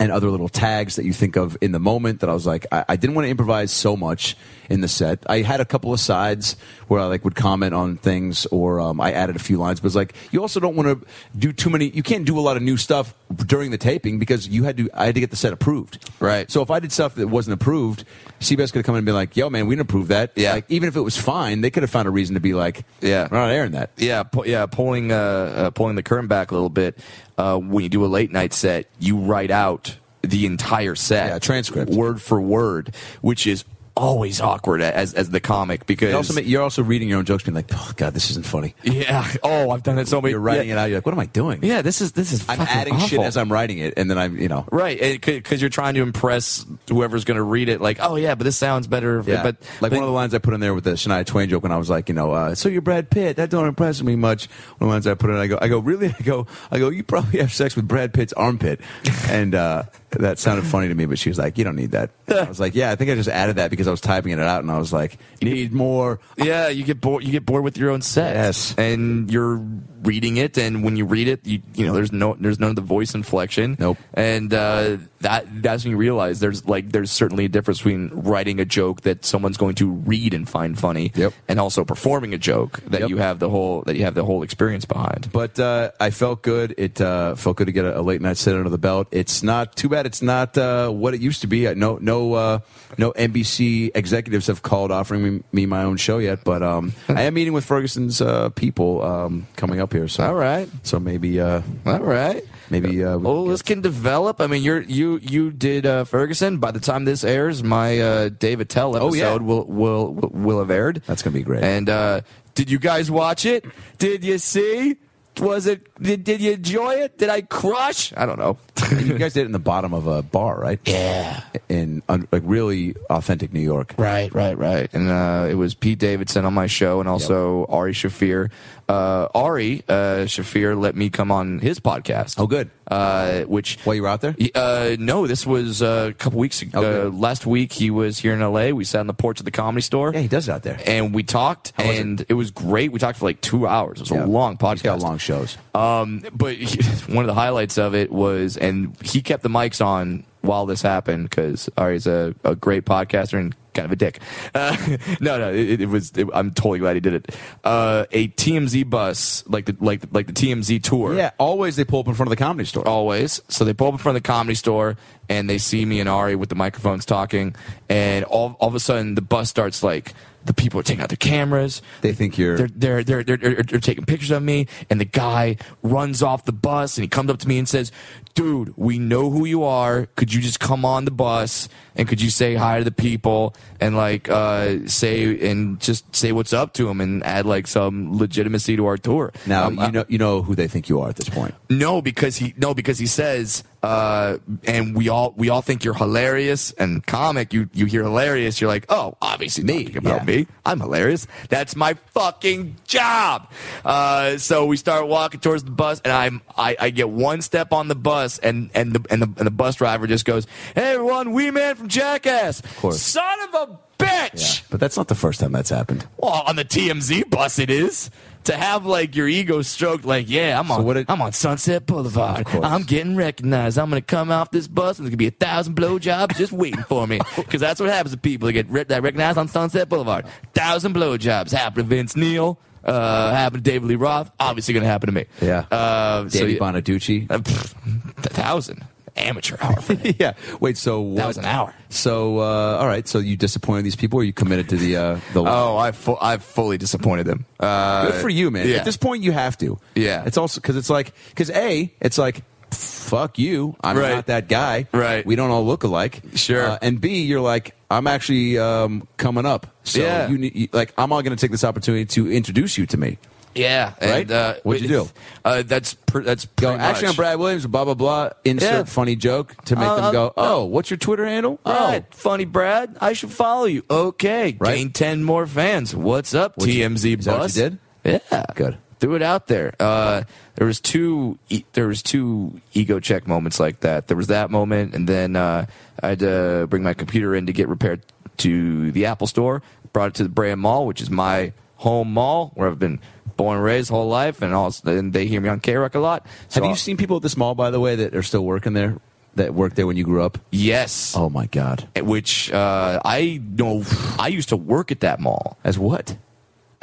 and other little tags that you think of in the moment that I was like, I, I didn't want to improvise so much in the set. I had a couple of sides where I like would comment on things or um, I added a few lines, but it's like you also don't want to do too many. You can't do a lot of new stuff during the taping because you had to. I had to get the set approved. Right. So if I did stuff that wasn't approved, CBS could have come in and been like, "Yo, man, we didn't approve that." Yeah. Like, even if it was fine, they could have found a reason to be like, Yeah. we're not airing that." Yeah, pu- yeah, pulling uh, uh, pulling the curtain back a little bit. Uh, when you do a late night set, you write out the entire set, Yeah, transcript. word for word, which is always awkward a- as as the comic because It also, ma- you're also reading your own jokes, being like, "Oh God, this isn't funny." yeah, [LAUGHS] oh, I've done it so many. You're writing yeah, it out. You're like, "What am I doing?" Yeah, this is this is. I'm fucking adding shit awful. as I'm writing it, and then I'm, you know, Right, because you're trying to impress whoever's going to read it. Like, oh yeah, but this sounds better. if- yeah. But like but- one of the lines I put in there with the Shania Twain joke, when I was like, you know, uh, so you're Brad Pitt. That don't impress me much. One of the lines I put in, I go, I go, really? [LAUGHS] I go, I go. You probably have sex with Brad Pitt's [LAUGHS] armpit, and uh, that sounded funny to me. But she was like, you don't need that. I was like, yeah, I think I just added that because I was typing it out, and I was like, need more. Yeah, you get bored. You get bored with your own set. Yes. and you're reading it, and when you read it, you you know there's no there's none of the voice inflection. Nope. And uh, that that's when you realize there's like there's certainly a difference between writing a joke that someone's going to read and find funny, Yep. and also performing a joke that Yep. you have the whole that you have the whole experience behind. But uh, I felt good. It uh, felt good to get a, a late night sit under the belt. It's not too bad. It's not uh, what it used to be. Uh, No, no, uh, no. NBC executives have called offering me, me my own show yet. But [LAUGHS] um, I am meeting with Ferguson's uh, people um, coming up here. So All right. So maybe uh, All right. maybe uh, we Oh, can this get- can develop. I mean, you're you you did uh, Ferguson. By the time this airs, my uh, Dave Attell episode Oh, yeah. will will will have aired. That's gonna be great. And uh, did you guys watch it? Did you see? Was it? Did, did you enjoy it? Did I crush? I [LAUGHS] don't know. you [LAUGHS] guys did it in the bottom of a bar, right? Yeah. In un- like really authentic New York. Right, right, right. And uh, it was Pete Davidson on my show, and also Ari Shafir. Uh, uh, Ari uh, Shafir let me come on his podcast. Oh, good. Uh, which While you were out there? uh, no, this was uh, a couple weeks ago. Okay. Uh, last week he was here in LA. We sat on the porch of the comedy store. Yeah, he does it out there. And we talked, was it? and it? was great. We talked for like two hours. It was Yeah. a long podcast. He's got long shows. Um, but [LAUGHS] he- one of the highlights of it was, and he kept the mics on while this happened because Ari's a, a great podcaster and kind of a dick. [LAUGHS] Uh, no, no, it, it was. It, I'm totally glad he did it. Uh, a TMZ bus, like the like like the TMZ tour, yeah, always they pull up in front of the comedy store. always. So they pull up in front of the comedy store and they see me and Ari with the microphones talking, and all all of a sudden the bus starts like. The people are taking out their cameras They think you're. they're they're, they're they're they're they're taking pictures of me and the guy runs off the bus and he comes up to me and says dude we know who you are could you just come on the bus and could you say hi to the people and like uh say and just say what's up to him and add like some legitimacy to our tour now Um, I- you know you know who they think you are at this point. no, because he no, because he says, uh, and we all we all think you're hilarious and comic. You you hear hilarious, you're like, oh, obviously me about yeah. me. I'm hilarious. That's my fucking job. Uh, so we start walking towards the bus, and I'm I, I get one step on the bus, and and the, and the and the bus driver just goes, hey everyone, Wee Man from Jackass, course. son of a bitch. But that's not the first time that's happened. Well, on the TMZ bus, it is to have like your ego stroked. Like, yeah, I'm on. what it- I'm on Sunset Boulevard. course. I'm getting recognized. I'm gonna come off this bus, and there's gonna be a thousand blowjobs just waiting for [LAUGHS] me. Because that's what happens to people that get re- that recognized on Sunset Boulevard. Thousand blowjobs happen to Vince Neil. Uh, happened to David Lee Roth. Obviously, gonna happen to me. Yeah. Uh, so Danny yeah, Bonaducci. [LAUGHS] uh, pff, a thousand amateur hour. [LAUGHS] For me. yeah. Wait. So what? was an hour. So uh, all right. So you disappointed these people, or you committed to the uh, [LAUGHS] the? oh, I fu- I fully disappointed them. Uh, Good for you, man. yeah. At this point, you have to. Yeah. It's also because it's like because a it's like fuck you. I'm Right. not that guy. Right. We don't all look alike. Sure. Uh, and b you're like I'm actually um, coming up. So Yeah. you, need- you like I'm all going to take this opportunity to introduce you to me. Yeah, Right? And, uh, What'd you it's- do? Uh, that's pr- that's Go, pretty actually, I'm much- Brad Williams, blah, blah, blah. Insert Yeah. funny joke to make Uh, them uh, go, oh, what's your Twitter handle? Brad, Oh, funny Brad. I should follow you. Okay, Right. gain ten more fans. What's up, What'd you- TMZ is that what bus? you did? Yeah, Good. Threw it out there. Uh, there was two. E- there was two ego check moments like that. There was that moment, and then uh, I had to bring my computer in to get repaired to the Apple Store. Brought it to the Brand Mall, which is my home mall where I've been born and raised whole life, and all. And they hear me on K Rock a lot. Have So you I- seen people at this mall, by the way, that are still working there, that worked there when you grew up? Yes. Oh, my God. which uh, I know I used to work at that mall As what?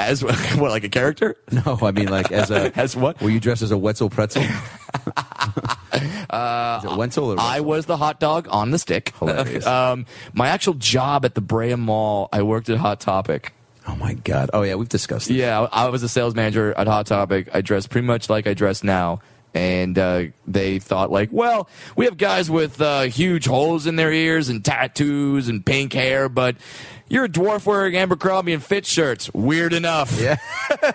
as [LAUGHS] what like a character. [LAUGHS] No, I mean, like, as a. As what? Were you dressed as a Wetzel [LAUGHS] pretzel? uh, Is it Wetzel or I Wetzel? was the hot dog on the stick. Hilarious. um, my actual job at the Brea Mall, I worked at Hot Topic. Oh, my God. Oh, yeah, we've discussed this. Yeah, I was a sales manager at Hot Topic. I dressed pretty much like I dress now. And uh, they thought, like, well, we have guys with uh, huge holes in their ears and tattoos and pink hair, but you're a dwarf wearing Abercrombie and Fitch shirts. Weird enough. Yeah.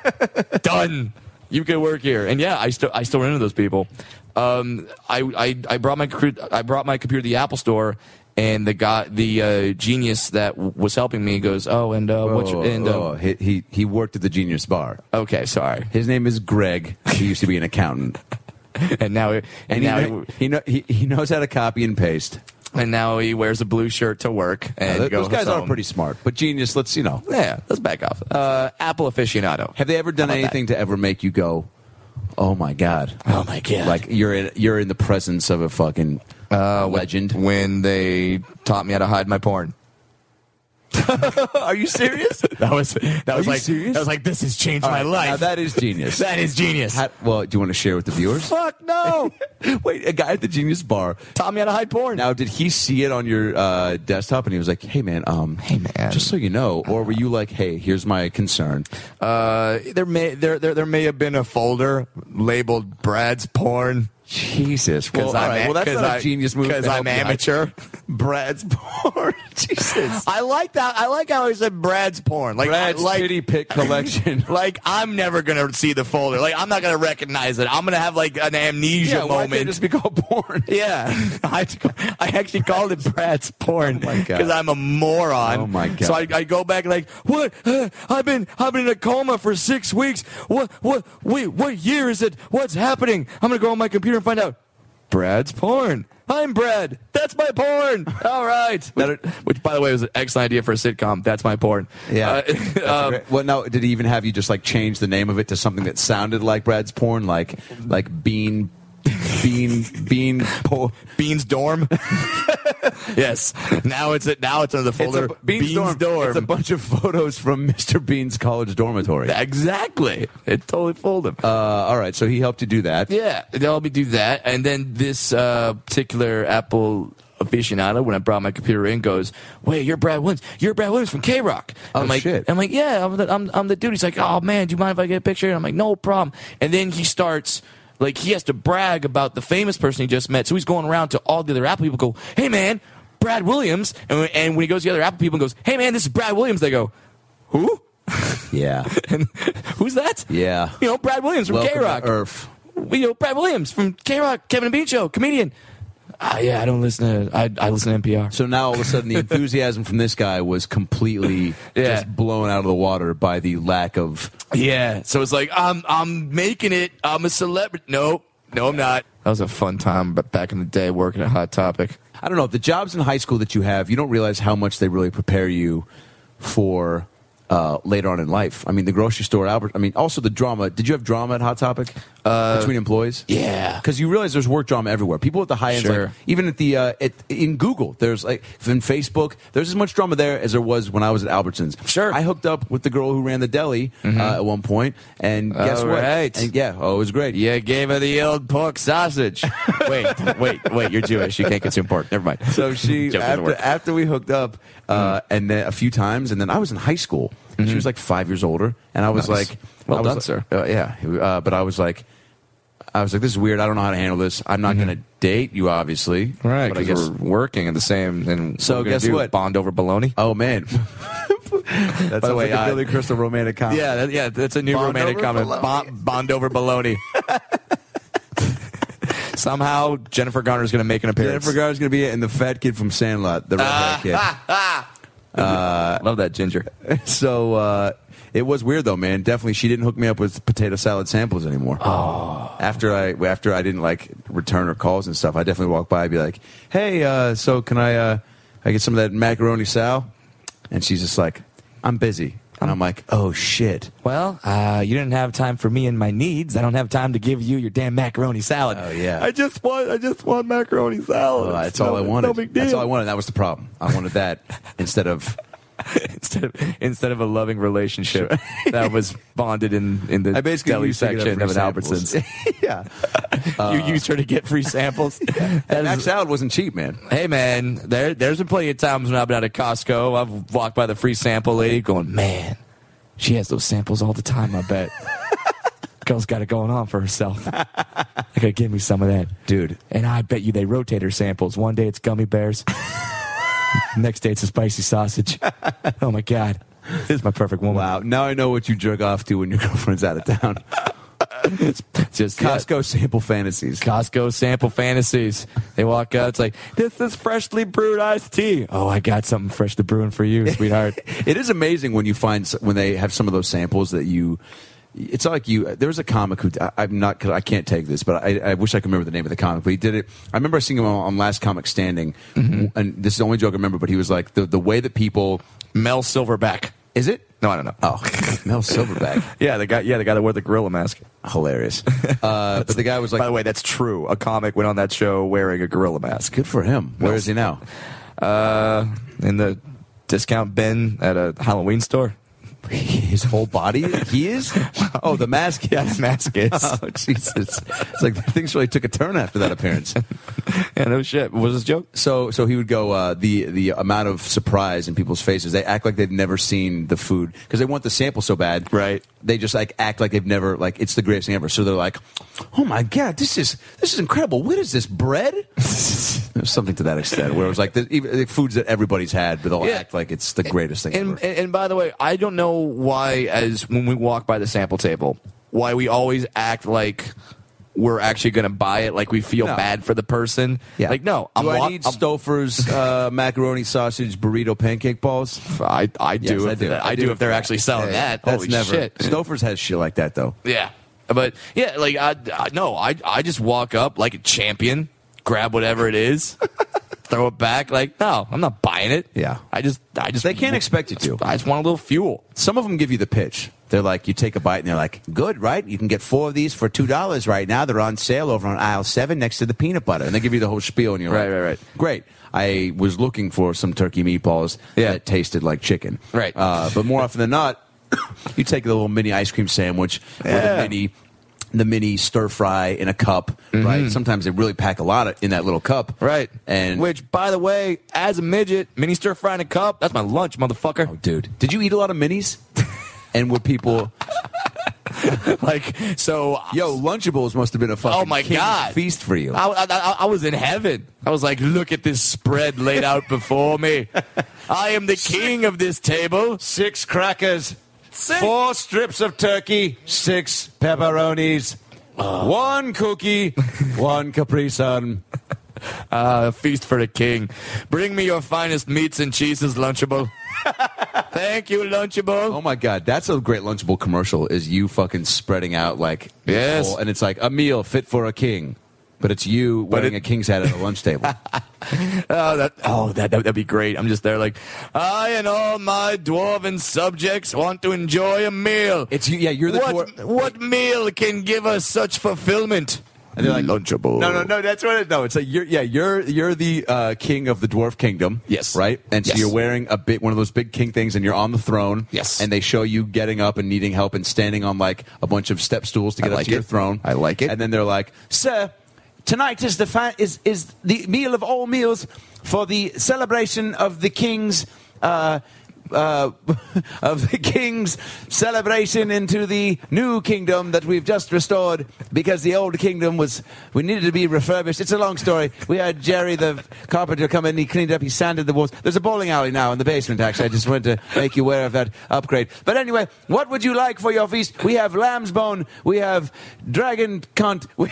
[LAUGHS] Done. You can work here. And yeah, I still I still run into those people. Um, I, I I brought my cru- I brought my computer to the Apple Store. And the guy, the uh, genius that w- was helping me goes, oh, and uh, what's Oh, your, and uh, oh, he, he, he worked at the Genius Bar. okay, sorry, His name is Greg. He used to be an accountant. [LAUGHS] and now and, And he, now kno- he, kno- he, he knows how to copy and paste. and now he wears a blue shirt to work. And Now, th- goes those guys are home. pretty smart, but genius. Let's you know. Yeah, let's back off. Uh, Apple aficionado. Have they ever done How about anything to ever make you go, "Oh my god"? Oh my god! Like you're in you're in the presence of a fucking uh, legend. when they taught me how to hide my porn. [LAUGHS] Are you serious? [LAUGHS] That was that was you like serious? that was like this has changed my Now life. that is [LAUGHS] genius. [LAUGHS] that is genius. How- well, do you want to share with the viewers? Fuck no! [LAUGHS] Wait, a guy at the Genius Bar. [LAUGHS] taught me how to hide porn. Now, did he see it on your uh, desktop and he was like, "Hey man, um, Hey, man. just so you know," or were you like, "Hey, here's my concern"? Uh, there may there, there there may have been a folder labeled Brad's porn. Jesus. Well, all I'm right. a- well that's 'cause not a I- genius move. Because to I'm help you. [LAUGHS] amateur. Brad's porn. [LAUGHS] Jesus. I like that. I like how he said Brad's porn. Like Brad's I, like, kitty [LAUGHS] pick collection. Like I'm never gonna see the folder. Like I'm not gonna recognize it. I'm gonna have like an amnesia yeah, why can't it moment. just be called porn? [LAUGHS] Yeah, [LAUGHS] I, I actually called it Brad's [LAUGHS] porn Oh my God. because I'm a moron. Oh, my God. So I, I go back like, what? Uh, I've been I've been in a coma for six weeks. What what wait what year is it? What's happening? I'm gonna go on my computer and find out. Brad's porn. I'm Brad. That's my [LAUGHS] porn. All right. Which, which, by the way, was an excellent idea for a sitcom. That's my porn. Uh, [LAUGHS] um, well, now, did he even have you just like change the name of it to something that sounded like Brad's porn, like like bean, bean, bean, po- Beans dorm. [LAUGHS] yes. Now it's it. Now it's under the folder. bu- Bean's dorm. It's a bunch of photos from [LAUGHS] Mr. Bean's college dormitory. Exactly. It totally fooled him. Uh, all right, so he helped you do that. yeah, they helped me do that. And then this uh, particular Apple aficionado, when I brought my computer in, goes, "Wait, you're Brad Williams. You're Brad Williams from K Rock." Oh, I'm like, shit. I'm like, "Yeah, I'm the, I'm, I'm the dude." He's like, "Oh man, do you mind if I get a picture?" And I'm like, "No problem." And then he starts. Like he has to brag about the famous person he just met, so he's going around to all the other Apple people. Go, hey man, Brad Williams, and when, and when he goes to the other Apple people and goes, hey man, this is Brad Williams. They go, who? [LAUGHS] Yeah. And who's that? Yeah. You know, Brad Williams from Welcome K Rock. to Earth. You know, Brad Williams from K Rock, Kevin and Bean Show, comedian. Ah, yeah, I don't listen to. I, I listen to NPR. So now all of a sudden the enthusiasm from this guy was completely [LAUGHS] Yeah. just blown out of the water by the lack of. Yeah, so it's like I'm I'm making it. I'm a celebrity. No, no, I'm not. That was a fun time, but back in the day, working at Hot Topic. I don't know. The jobs in high school that you have, you don't realize how much they really prepare you for uh, later on in life. I mean, the grocery store, Albert. I mean, also the drama. Did you have drama at Hot Topic uh, between employees? Yeah. because you realize there's work drama everywhere. People at the high end, Sure. like, even at the uh, at, in Google, there's like in Facebook, there's as much drama there as there was when I was at Albertsons. Sure. I hooked up with the girl who ran the deli uh, at one point, and guess All what? right. And, yeah, oh, it was great. You gave her the old pork [LAUGHS] sausage. wait, wait, wait. You're Jewish. You can't consume pork. Never mind. [LAUGHS] So she Joke doesn't after, work. Mm-hmm. after we hooked up, uh, and then a few times, and then I was in high school. and She was like five years older, and I was Nice. like, Well I was done, like- sir. uh, yeah, uh, but I was like, I was like, this is weird. I don't know how to handle this. I'm not going to date you, obviously. Mm-hmm. Right, But I because guess. we're working in the same. And So we're gonna guess do what? Bond over baloney. Oh [LAUGHS] man. That's the way, like a I- Billy Crystal romantic comedy. Yeah, that, yeah, that's a new Bond romantic over comment. baloney. Bond, bond over baloney. [LAUGHS] Somehow Jennifer Garner's going to make an appearance. Jennifer Garner's going to be it, and the fat kid from Sandlot, the redhead [LAUGHS] kid. Uh, love that ginger. [LAUGHS] So uh, it was weird though, man. Definitely, she didn't hook me up with potato salad samples anymore. Oh. After I after I didn't like return her calls and stuff, I definitely walked by and be like, "Hey, uh, so can I uh, I get some of that macaroni sal?" And she's just like, "I'm busy," and I'm like, "Oh shit." Well, uh, you didn't have time for me and my needs. I don't have time to give you your damn macaroni salad. Oh, yeah. I just want, I just want macaroni salad. Well, Uh, that's No- all I wanted. No big deal. That's all I wanted. That was the problem. I wanted that instead of [LAUGHS] instead of instead of a loving relationship [LAUGHS] that was bonded in in the I basically deli used to get section free of an samples. [LAUGHS] [LAUGHS] Albertsons. yeah, you used her to get [LAUGHS] free samples. and that That is- salad wasn't cheap, man. Hey man, there there's been plenty of times when I've been out of Costco. I've walked by the free sample lady, going, man, she has those samples all the time. I bet. [LAUGHS] Girl's got it going on for herself. [LAUGHS] I gotta give me some of that, Dude. And I bet you they rotate her samples. One day it's gummy bears. [LAUGHS] Next day it's a spicy sausage. [LAUGHS] Oh my god, this is my perfect woman. Wow. Now I know what you jerk off to when your [LAUGHS] girlfriend's out of [LAUGHS] town. Just yeah. Costco sample fantasies. Costco sample fantasies. They walk out. It's like this is freshly brewed iced tea. Oh, I got something freshly brewing for you, sweetheart. It is amazing when you find when they have some of those samples that you. It's not like you. There was a comic who I, I'm not. 'cause I can't take this, but I, I wish I could remember the name of the comic. But he did it. I remember seeing him on, on Last Comic Standing, Mm-hmm. and this is the only joke I remember. But he was like the the way that people. Mel Silverback. Is it? No, I don't know. Oh, [LAUGHS] Mel Silverback. [LAUGHS] Yeah, the guy. Yeah, the guy that wore the gorilla mask. Hilarious. Uh, but the guy was like, By the way, that's true. A comic went on that show wearing a gorilla mask good for him. Where is he now? uh, in the discount bin at a Halloween store. [LAUGHS] [LAUGHS] his whole body. He is. Oh, the mask. Yeah, [LAUGHS] Damascus. Oh Jesus! It's like things really took a turn after that appearance. yeah, no shit. Was this a joke? So, so he would go. Uh, the the amount of surprise in people's faces. They act like they've never seen the food because they want the sample so bad. Right. They just like act like they've never like it's the greatest thing ever. So they're like, "Oh my god, this is this is incredible. What is this [LAUGHS] bread?" There's something to that extent where it was like the, even, the foods that everybody's had, but they'll Yeah. act like it's the greatest thing And, ever. and and by the way, I don't know why as when we walk by the sample table, why we always act like we're actually going to buy it, like we feel No. bad for the person. yeah. Like no, I'm, Do I wa- need I'm- Stouffer's [LAUGHS] uh, macaroni sausage burrito pancake balls? I I Yes, do if I do, if they're actually selling Hey, that. That's Holy never. shit. Stouffer's has shit like that though. Yeah, but yeah, like I, I no, I I just walk up like a champion, grab whatever it [LAUGHS] is, throw it back. Like no, I'm not buying it. Yeah. I just I just They can't expect you to. I just want a little fuel. Some of them give you the pitch. They're like, you take a bite and they're like, good, right? You can get four of these for two dollars right now. They're on sale over on aisle seven next to the peanut butter, and they give you the whole spiel, and you're Right, like, right, right. great. I was looking for some turkey meatballs Yeah. that tasted like chicken, Right. Uh, but more often than not, [COUGHS] you take the little mini ice cream sandwich or Yeah. the mini. The mini stir fry in a cup, right? Sometimes they really pack a lot in that little cup, Right. And which, by the way, as a midget, mini stir fry in a cup. That's my lunch, motherfucker. Oh, dude, did you eat a lot of minis? [LAUGHS] and were people, [LAUGHS] like so. yo, Lunchables must have been a fucking Oh, my king's God. feast for you. I, I, I- I was in heaven. I was like, look at this spread laid out before [LAUGHS] me. I am the king of this table. Six crackers, Six- four strips of turkey, six pepperonis, one [LAUGHS] cookie, one Capri Sun. A feast for the king. Bring me your finest meats and [LAUGHS] cheeses, Lunchable. Thank you, Lunchable. Oh my God, that's a great Lunchable commercial. Is you fucking spreading out like this Yes. whole- and it's like a meal fit for a king, but it's you wearing it- a king's hat at a lunch table. Oh, that, oh that, that, that'd be great. I'm just there like, I and all my dwarven subjects want to enjoy a meal. [LAUGHS] It's you, yeah, you're the dwar- what, what meal can give us such fulfillment? And they're like, Lunchable. No, no, no. That's what it. No, it's like you're. Yeah, you're you're the uh, king of the dwarf kingdom. Yes. Right. And so Yes. you're wearing a bit one of those big king things, and you're on the throne. Yes. And they show you getting up and needing help and standing on like a bunch of step stools to I get up like to your it. throne. I like it. And then they're like, sir, tonight is the fa- is is the meal of all meals for the celebration of the king's. Uh, uh, [LAUGHS] of the king's celebration into the new kingdom that we've just restored because the old kingdom was we needed to be refurbished. It's a long story. We had Jerry the carpenter come in. He cleaned up. He sanded the walls. There's a bowling alley now in the basement. Actually, I just wanted to make you aware of that upgrade. But anyway, what would you like for your feast? We have lamb's bone. We have dragon cunt. We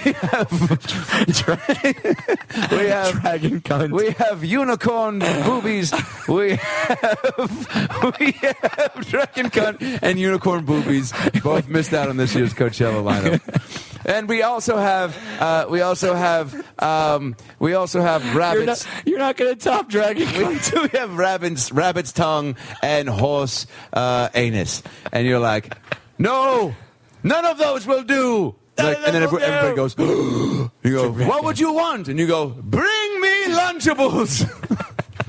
[LAUGHS] have [LAUGHS] we have Dragon cunt. we have unicorn boobies. We have [LAUGHS] we have dragon cunt and unicorn boobies. Both missed out on this year's Coachella lineup. And we also have uh, we also have um, we also have You're rabbits. not, you're not going to top Dragon We Cunt. do have rabbits, rabbit's tongue, and horse uh, anus. And you're like, no, none of those will do. None Like, of and then them will every- everybody do. goes, [GASPS] you go, what would you want? And you go, bring me Lunchables. [LAUGHS]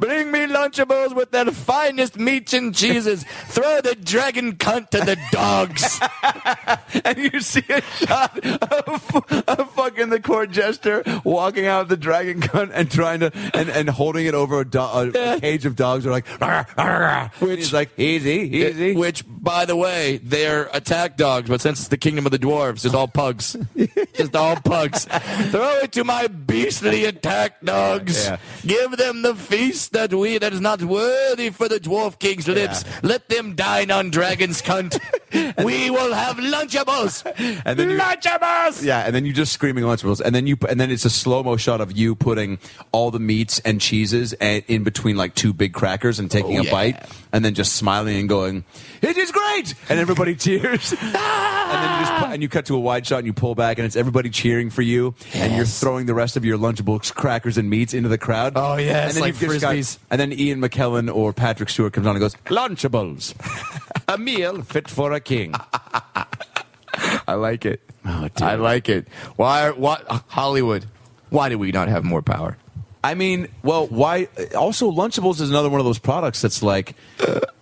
Bring me Lunchables with their finest meats and cheeses. Throw the Dragon Cunt to the [LAUGHS] dogs. [LAUGHS] [LAUGHS] and you see a shot of, of fucking the court jester walking out of the dragon gun and trying to and, and holding it over a, do- a- a cage of dogs. They're like, "Arr, arr, arr." Which- he's like, easy, easy. Which, by the way, they're attack dogs, but since it's the kingdom of the dwarves, it's [LAUGHS] all pugs. just all pugs. Throw it to my beastly attack dogs. Yeah. Give them the feast that we that is not worthy for the dwarf king's lips. Let them dine on [LAUGHS] dragon's cunt. we will have Lunchables. And then you- Lunchables. Yeah, and then you just screaming Lunchables, and then you and then it's a slow mo shot of you putting all the meats and cheeses and in between like two big crackers and taking Oh, a yeah. bite, and then just smiling and going, "It is great!" and everybody [LAUGHS] [LAUGHS] cheers. and then you just pu- and you cut to a wide shot and you pull back and it's everybody cheering for you, and you're Yes. throwing the rest of your Lunchables crackers and meats into the crowd. Oh, yeah, and it's then like you've just got- Frisbees. and then Ian McKellen or Patrick Stewart comes on and goes, [LAUGHS] "Lunchables, a meal fit for a king." I like it. Oh, dude. I like it. Why? What? Hollywood. Why do we not have more power? I mean, well, why? Also, Lunchables is another one of those products that's like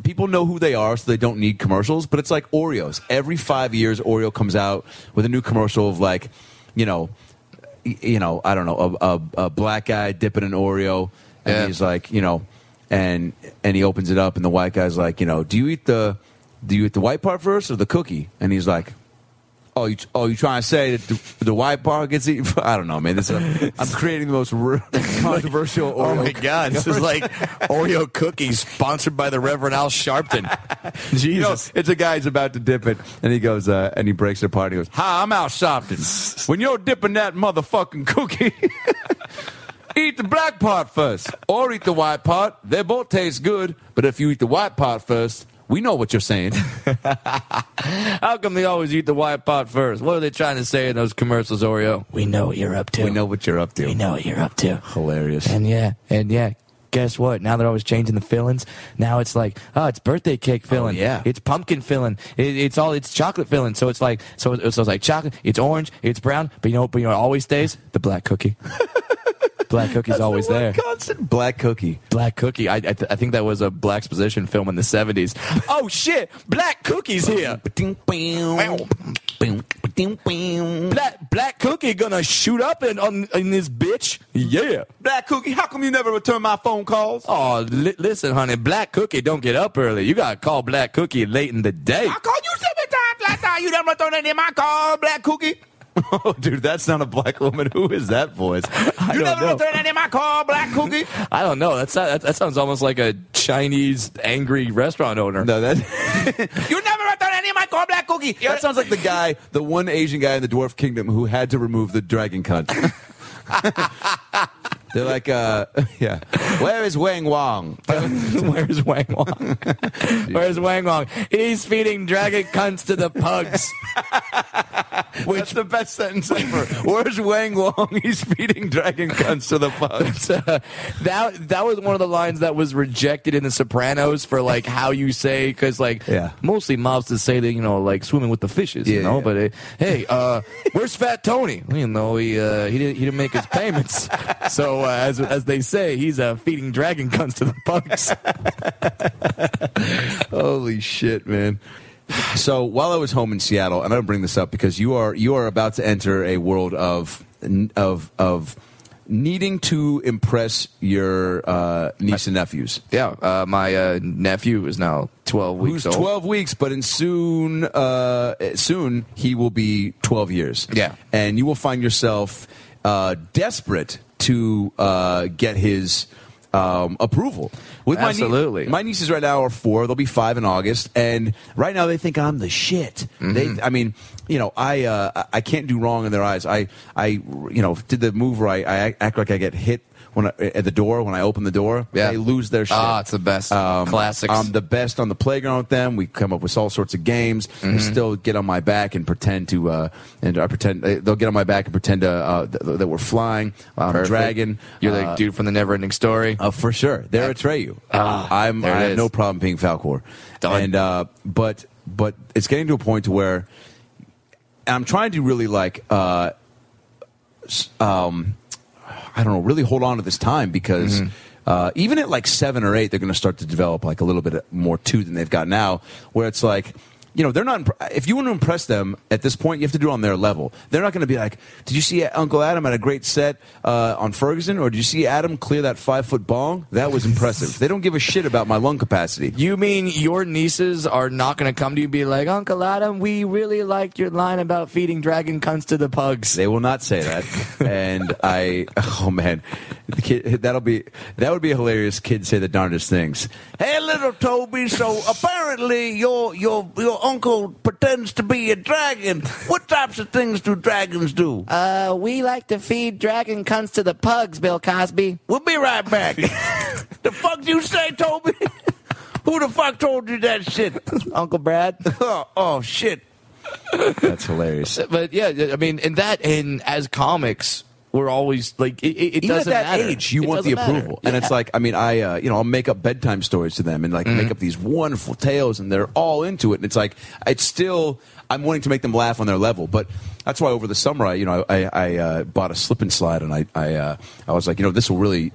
people know who they are, so they don't need commercials. But it's like Oreos. Every five years, Oreo comes out with a new commercial of like, you know, y- you know, I don't know, a, a, a black guy dipping an Oreo, and Yeah. he's like, you know, and and he opens it up, and the white guy's like, you know, do you eat the do you eat the white part first or the cookie? And he's like, Oh, you, oh, you trying to say that the, the white bar gets eaten? [LAUGHS] I don't know, man. This is, I'm creating the most r- controversial. Oreo. [LAUGHS] Oh my God! This is like Oreo cookies sponsored by the Reverend Al Sharpton. You know, Jesus, it's a guy who's about to dip it, and he goes, uh, and he breaks it apart. And he goes, "Hi, I'm Al Sharpton. When you're dipping that motherfucking cookie, [LAUGHS] eat the black part first, or eat the white part. They both taste good, but if you eat the white part first, we know what you're saying. How come they always eat the white pot first? What are they trying to say in those commercials, Oreo? We know what you're up to. we know what you're up to. We know what you're up to. Hilarious. And yeah, and yeah. Guess what? Now they're always changing the fillings. Now it's like, oh, it's birthday cake filling. yeah. It's pumpkin filling. It, it's all it's chocolate filling. So it's like, so, it- so it's like chocolate. It's orange. It's brown. But you know, but you know, what always stays the black [LAUGHS] cookie. black cookie's always there. Constant black cookie. Black Cookie. I, I, th- I think that was a black exposition film in the 70s. oh shit, Black Cookie's here. Black Black Cookie gonna shoot up in on in this bitch. Yeah. Black cookie. How come you never return my phone calls? Oh, li- listen, honey, Black Cookie don't get up early. You gotta call Black Cookie late in the day. called you seven times last time. You never returned any of my call, black cookie. [LAUGHS] Oh, dude, that's not a black woman. Who is that voice? you don't never know. returned any of my call, black cookie. I don't know. That's not, that, that sounds almost like a Chinese angry restaurant owner. no, that. [LAUGHS] you never returned any of my call, black cookie. That sounds like the guy, the one Asian guy in the Dwarf Kingdom who had to remove the dragon [LAUGHS] cunt. They're like, uh, [LAUGHS] yeah. Where is Wang Wang? [LAUGHS] Where's Wang Wong? Where's Wang Wong? He's feeding dragon cunts to the pugs. Which the best sentence ever. Where's Wang Wang? [LAUGHS] He's feeding dragon cunts to the [LAUGHS] pugs. that that was one of the lines that was rejected in The Sopranos for like how you say because like Yeah. mostly mobsters say that you know like swimming with the fishes you Yeah, know yeah. but uh, hey uh, where's Fat Tony Well, you know he uh, he didn't he didn't make his payments [LAUGHS] so uh, as as they say he's uh, feeding dragon guns to the bugs Holy shit, man. So while I was home in Seattle, and I don't bring this up because you are you are about to enter a world of of of needing to impress your uh, niece and nephews. [LAUGHS] yeah uh, my uh, nephew is now twelve Who's weeks old twelve weeks, but in soon uh, soon he will be twelve years. Yeah. and you will find yourself uh, desperate to uh, get his. Um, approval with my nie- Absolutely. my nieces right now are four. They'll be five in August, and right now they think I'm the shit. Mm-hmm. They, I mean, you know, I uh, I- I can't do wrong in their eyes. I I you know did the move where I, I act like I get hit when I, at the door when I open the door. Yeah. They lose their shit. Um, Ah, it's the best. Classics. I'm the best on the playground with them. We come up with all sorts of games. Mm-hmm. They still get on my back and pretend to, uh, and I pretend they- they'll get on my back and pretend to, uh, th- th- that we're flying. uh, I'm Perfect. a dragon. you're uh, the dude from the Never Ending Story uh, for sure. They're Atreyu. I'm, Ah, there it I have is. no problem being Falcor. Done. And uh, but but it's getting to a point to where I'm trying to really like uh, s- um, I don't know, really hold on to this time because. Uh, even at like seven or eight, they're going to start to develop like a little bit more too than they've got now. Where it's like, you know, they're not. impr- If you want to impress them at this point, you have to do it on their level. They're not going to be like, "Did you see Uncle Adam at a great set uh, on Ferguson?" or "Did you see Adam clear that five foot bong? That was impressive." they don't give a shit about my lung capacity. You mean your nieces are not going to come to you and be like, Uncle Adam, we really liked your line about feeding dragon cunts to the pugs. They will not say that. and I, oh man, the kid, that'll be that would be a hilarious. Kids say the darndest things. Hey, little Toby. So apparently your your your uncle pretends to be a dragon. What types of things do dragons do? Uh, we like to feed dragon cunts to the pugs, Bill Cosby. We'll be right back. the fuck you say, Toby? Who the fuck told you that shit? Uncle [LAUGHS] Brad. oh, oh shit. That's hilarious. but yeah, I mean, and that, and as comics, we're always like it, it, it Even at doesn't that matter. age, you It want the doesn't matter. approval, and it's Yeah. Mm-hmm. like I mean, I uh, you know I'll make up bedtime stories to them and like make up these wonderful tales, and they're all into it. And it's like it's still I'm wanting to make them laugh on their level, but that's why over the summer I you know I I uh, bought a slip and slide, and I I uh, I was like you know this will really.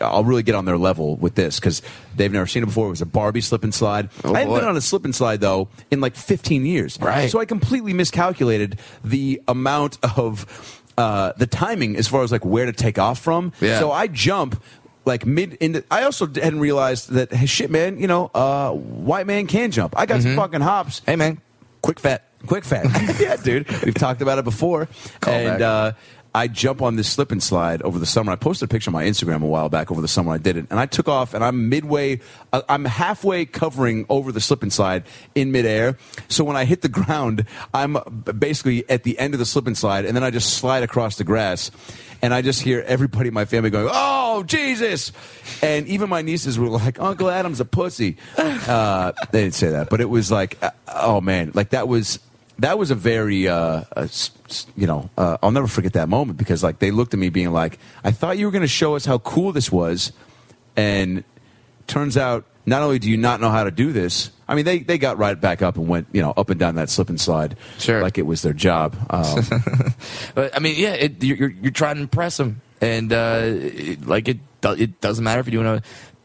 I'll really get on their level with this because they've never seen it before. It was a Barbie slip and slide. I haven't Oh, boy. been on a slip and slide though in like 15 years. Right. So I completely miscalculated the amount of uh, the timing as far as like where to take off from. Yeah. So I jump like mid into. I also hadn't realized that hey, shit, man. You know, uh, white man can jump. I got some fucking hops. Mm-hmm. hey man, quick fat. Quick fat. [LAUGHS] yeah, dude. We've talked about it before. Call and back. uh, I jump on this slip and slide over the summer. I posted a picture on my Instagram a while back over the summer. I did it. And I took off, and I'm midway, I- I'm halfway covering over the slip and slide in midair. So when I hit the [LAUGHS] ground, I'm b- basically at the end of the slip and slide, and then I just slide across the grass. And I just hear everybody in my family going, "Oh Jesus!" And even my nieces were like, "Uncle Adam's a pussy." Uh, they didn't say that, but it was like, uh, "Oh man!" Like that was that was a very uh, uh, s- s- you know uh, i'll never forget that moment because like they looked at me being like i thought you were going to show us how cool this was and turns out not only do you not know how to do this i mean they, they got right back up and went you know up and down that slip and slide Sure. like it was their job [LAUGHS] um, But I mean, yeah, it, you're, you're you're trying to impress them, and uh, it, like it do- it doesn't matter if you're doing a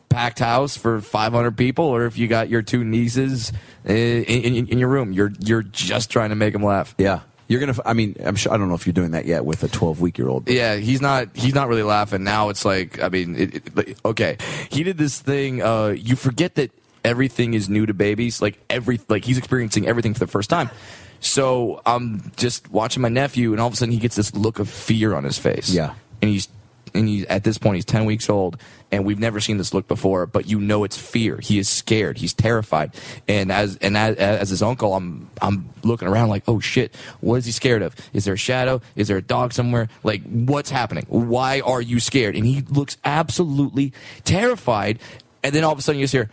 packed house for 500 people or if you got your two nieces uh, in, in, in your room. You're you're just trying to make them laugh. yeah you're gonna f- i mean i'm sure i don't know if you're doing that yet with a 12 week year old Yeah, he's not. He's not really laughing now. It's like, I mean, it, it, like, okay, he did this thing. Uh, you forget that everything is new to babies. Like every, like he's experiencing everything for the first time. So I'm just watching my nephew, and all of a sudden he gets this look of fear on his face. Yeah. and he's and he's at this point he's 10 weeks old and we've never seen this look before but you know it's fear he is scared he's terrified and as and as, as his uncle i'm i'm looking around like oh shit what is he scared of is there a shadow is there a dog somewhere like what's happening why are you scared and he looks absolutely terrified and then all of a sudden you just hear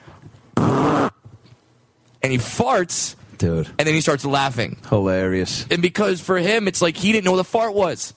and he farts dude and then he starts laughing hilarious and because for him, it's like he didn't know what a fart was.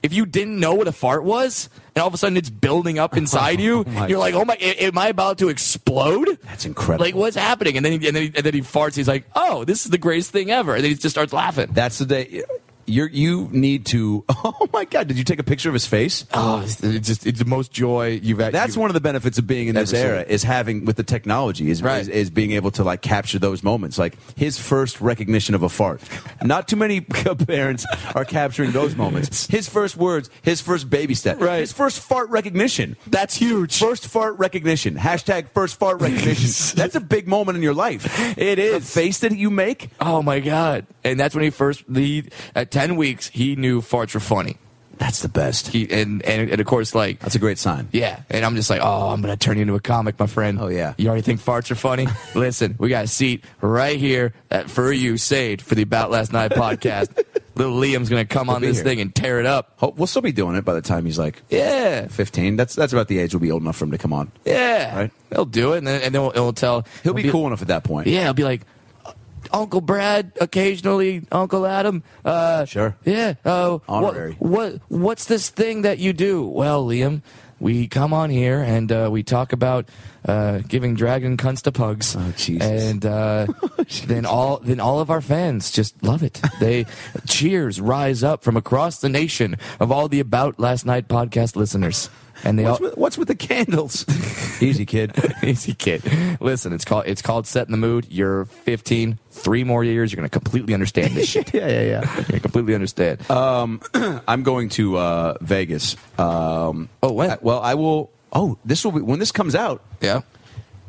If you didn't know what a fart was, and all of a sudden it's building up inside you, my you're like, [LAUGHS] "Oh my! a- Am I about to explode?" that's incredible Like, what's happening? And then, he, and then, he, and then he farts. He's like, "Oh, this is the greatest thing ever!" And then he just starts laughing. that's the day you're, you need to [LAUGHS] oh my god did you take a picture of his face Oh, it's, it's just it's the most joy you've had. That's you- one of the benefits of being in this Ever seen era it. is having with the technology is, Right. is is being able to like capture those moments. Like his first recognition of a fart. Not too many [LAUGHS] parents are capturing those moments. His first words, his first baby step, Right. his first fart recognition. that's huge. First fart recognition. Hashtag first fart recognition. [LAUGHS] That's a big moment in your life. It is. The face that you make. Oh my god! And that's when he first he at ten weeks he knew farts were funny. That's the best. He and and, and of course like That's a great sign. Yeah, and I'm just like, oh, I'm gonna turn you into a comic, my friend. Oh, yeah. You already think farts [LAUGHS] are funny? Listen, we got a seat right here at for you saved for the About Last [LAUGHS] Night podcast. Little Liam's gonna come on be this here. thing and tear it up. Hope, we'll still be doing it by the time he's like Yeah, 15. That's that's about the age we'll be old enough for him to come on. yeah. Right. They'll do it, and then and then we'll, it'll tell. He'll it'll be cool enough at that point. Yeah, I'll be like. "Uh, Uncle Brad, occasionally Uncle Adam. Uh, Sure. Yeah. Uh, Honorary. What, what What's this thing that you do? Well, Liam, we come on here and uh, we talk about uh, giving dragon cunts to pugs. Oh, Jesus. Oh, And uh, [LAUGHS] then all then all of our fans just love it. [LAUGHS] They cheers rise up from across the nation of all the About Last Night podcast listeners, and they all. What's with, what's with the candles? [LAUGHS] Easy, kid. [LAUGHS] Easy kid. Listen, it's called it's called setting the mood. You're 15. Three more years, you're gonna completely understand this [LAUGHS] shit. yeah, yeah, yeah. You're gonna completely understand. Uh, I'm going to uh, Vegas. Um, Oh, when? I- well, I will. Oh, this will be when this comes out. yeah.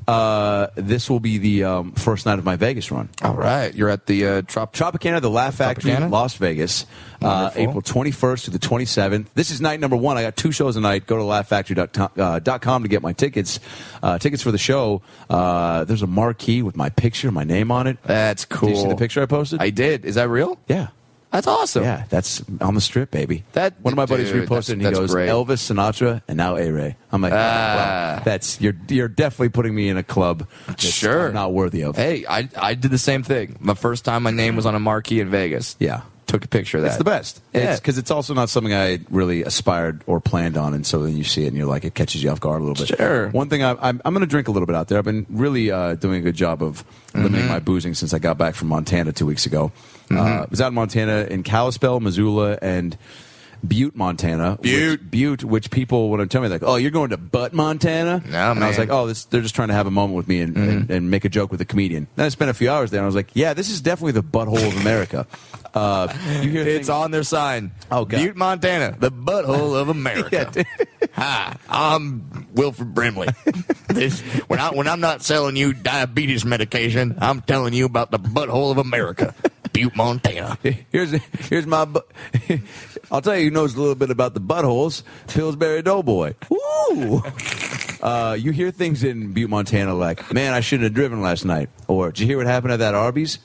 Uh, this will be the um, first night of my Vegas run. All right. You're at the uh, Trop. Tropicana, the Laugh Factory, Tropicana? Las Vegas, uh, Wonderful. April 21st to the 27th. This is night number one. I got two shows a night. Go to laughfactory.com uh, dot com to get my tickets. Uh, tickets for the show. Uh, there's a marquee with my picture, my name on it. That's cool. Did you see the picture I posted? I did. Is that real? yeah. That's awesome. Yeah, that's on the strip, baby. That- one of my buddies dude, reposted, and he that's- goes, that's great. "Elvis Sinatra, and now A Ray." I'm like, Ah. wow, that's you're you're definitely putting me in a club. That's Sure. I'm not worthy of. Hey, I I did the same thing. My first time, my name was on a marquee in Vegas. Yeah, took a picture of that. It's the best. Yeah. Because it's, also not something I really aspired or planned on. And so then you see it and you're like, it catches you off guard a little bit. Sure. One thing I, I'm, I'm going to drink a little bit out there. I've been really uh, doing a good job of Mm-hmm. limiting my boozing since I got back from Montana two weeks ago. Uh, I was out in Montana in Kalispell, Missoula, and Butte, Montana. which- Butte. Butte, which people would tell me, like, oh, you're going to Butt, Montana? No, and I was man. like, oh, this, they're just trying to have a moment with me and, Mm-hmm. and, and make a joke with a comedian. Then I spent a few hours there and I was like, yeah, this is definitely the butthole of America. Uh, you hear It's things- on their sign. Oh, God. Butte, Montana, the [LAUGHS] butthole of America. [LAUGHS] Hi, I'm Wilfred [LAUGHS] Brimley. this, when, I, when I'm not selling you diabetes medication, I'm telling you about the butthole of [LAUGHS] America, Butte, Montana. Here's here's my. Bu- [LAUGHS] I'll tell you who knows a little bit about the buttholes. Pillsbury Doughboy. Woo! Uh, you hear things in Butte, Montana, like, "Man, I shouldn't have driven last night," or "Did you hear what happened at that Arby's?"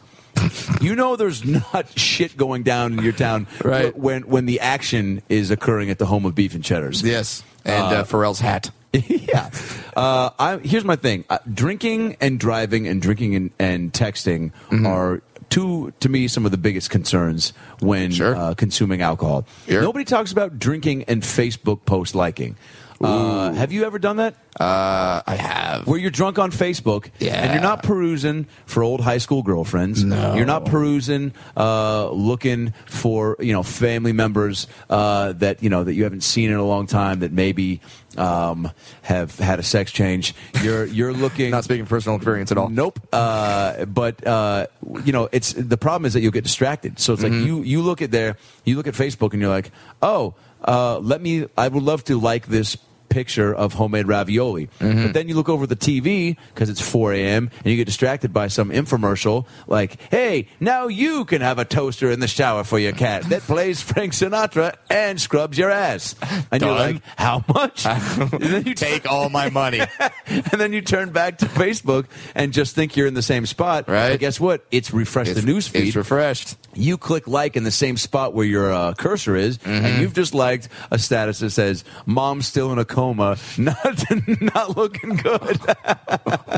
you know, there's not shit going down in your town Right. when when the action is occurring at the home of beef and cheddars. Yes. And uh, Pharrell's hat. [LAUGHS] yeah. Uh, I, here's my thing: uh, drinking and driving, and drinking and, and texting Mm-hmm. are two to me some of the biggest concerns when Sure. uh, consuming alcohol. Sure. Nobody talks about drinking and Facebook post liking. Uh, have you ever done that? Uh, I have. Where you're drunk on Facebook and Yeah. you're not perusing for old high school girlfriends. No. You're not perusing, uh, looking for you know family members uh, that you know that you haven't seen in a long time that maybe um, have had a sex change. You're you're looking. [LAUGHS] Not speaking personal experience at all. Nope. Uh, but uh, you know, it's the problem is that you'll get distracted. So it's like you you look at there, you look at Facebook, and you're like, oh, uh, let me. I would love to like this picture of homemade ravioli. But then you look over the TV because it's 4 a.m. and you get distracted by some infomercial like, hey, now you can have a toaster in the shower for your cat that plays [LAUGHS] Frank Sinatra and scrubs your ass. And you're Done. like, how much? and then you Take all my money. [LAUGHS] and then you turn back to Facebook and just think you're in the same spot. Right. But guess what? It's refreshed the news feed. [LAUGHS] It's refreshed. you click like in the same spot where your uh, cursor is, and you've just liked a status that says "Mom's still in a coma, [LAUGHS] not not looking good."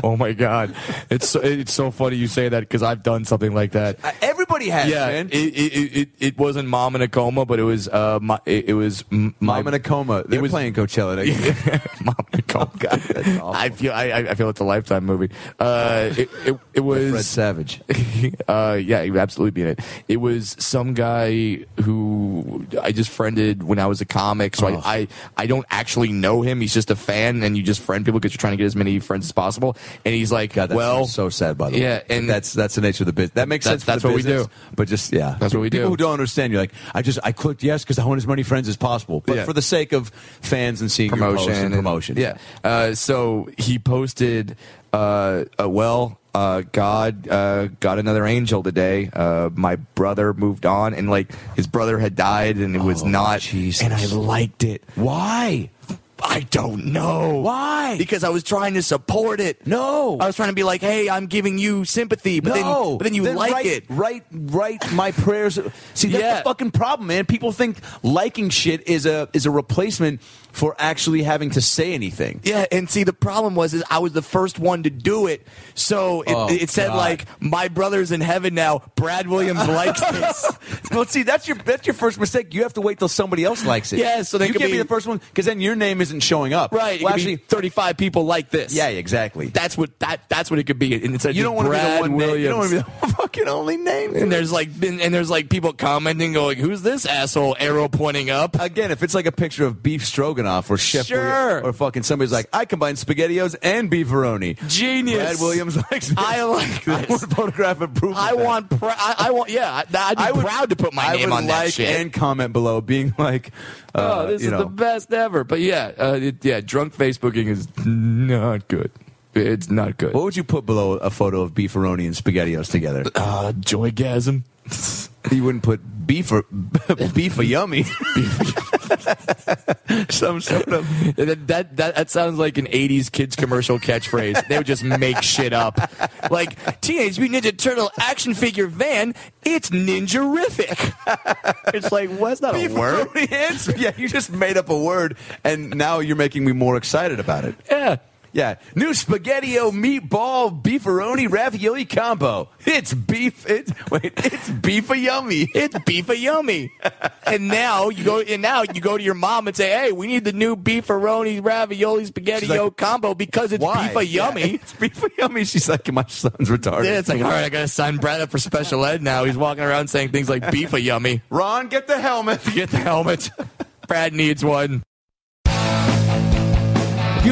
Oh my god, it's so, it's so funny you say that because I've done something like that. [LAUGHS] Everybody has, Yeah, man. it, it, it, it, it wasn't mom in a coma, but it was uh, my, it, it was m- my, Mom in a coma. They're was- playing Coachella. [LAUGHS] They- [LAUGHS] mom in a coma. God, that's awful. I feel I, I- I feel it's a lifetime movie. Uh, it, it, it Fred was Savage. [LAUGHS] uh, yeah, he would absolutely be in it. It was some guy who I just friended when I was a comic, so Oh. I, I I don't actually know him. He's just a fan, and you just friend people because you're trying to get as many friends as possible. And he's like, God, that well, sounds so sad. By the way, yeah, But and- that's that's the nature of the business. That makes That- sense. for that's the what we business, do. But just yeah, That's what we do. People who don't understand, you're like, I just I clicked yes because I want as many friends as possible, but Yeah. for the sake of fans and seeing your posts promotion and and- promotion. yeah. Uh, so he posted, uh, uh, well, uh, God uh, got another angel today. Uh, my brother moved on, and like his brother had died, and it was Oh, not. Jesus. And I liked it. Why? I don't know Why? Because I was trying to support it. No. I was trying to be like, hey, I'm giving you sympathy, Uh, but no, then but then you like write, it. Right, right. My prayers. See, that's Yeah. the fucking problem, man. People think liking shit is a is a replacement for actually having to say anything. Yeah, and see the problem was is I was the first one to do it, so it, Oh, it said God. like my brother's in heaven now. Brad [LAUGHS] Williams likes this. well, see, that's your that's your first mistake. You have to wait till somebody else likes it. Yeah, so they you could can't be, be- the first one because then your name isn't showing up. Right. Well, it could be actually, 35 people like this. yeah, [LAUGHS] exactly. That's what that that's what it could be. And it's you don't want to be the Brad one. Name, Williams. you don't want to be the fucking only name. and there's like and, and there's like people commenting going, "Who's this asshole?" Arrow pointing up. Again, if it's like a picture of beef stroganoff or chef Sure. or fucking somebody's like, I combine spaghettios and beefaroni. Genius. Brad Williams likes. This. I [LAUGHS] like I this. want photograph and proof. of I that. want. Pr- I, I want. Yeah, I, I'd be I would- proud to put my I name would on like that shit. and comment below, being like, uh, oh, this you is know, the best ever. But yeah, uh, it, yeah, drunk Facebooking is not good. It's not good. What would you put below a photo of beefaroni and spaghettios together? Uh, joygasm. [LAUGHS] You wouldn't put beef or [LAUGHS] beef or [LAUGHS] yummy. Some sort [LAUGHS] of That, that that that sounds like an '80s kids commercial catchphrase. they would just make shit up, like Teenage Mutant Ninja Turtle action figure van. It's ninjarific. [LAUGHS] it's like what's that a word? beefaroni and- Yeah, you just made up a word, and now you're making me more excited about it. [LAUGHS] Yeah. Yeah, new spaghetti-o meatball beefaroni ravioli combo. It's beef. It's wait. It's beef a yummy. It's beef a yummy. and now you go and now you go to your mom and say, Hey, we need the new beefaroni ravioli spaghetti yo like, combo because it's Why? beef a Yeah, yummy. [LAUGHS] it's beef a yummy. She's like, my son's retarded. Yeah, [LAUGHS] it's like, all right, I gotta sign Brad up for special ed now. He's walking around saying things like beef a yummy. [LAUGHS] Ron, get the helmet. Get the helmet. Brad needs one. If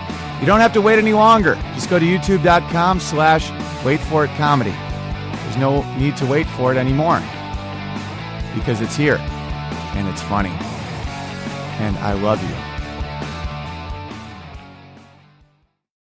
You don't have to wait any longer. Just go to youtube.com slash wait for it comedy. There's no need to wait for it anymore because it's here and it's funny. And I love you.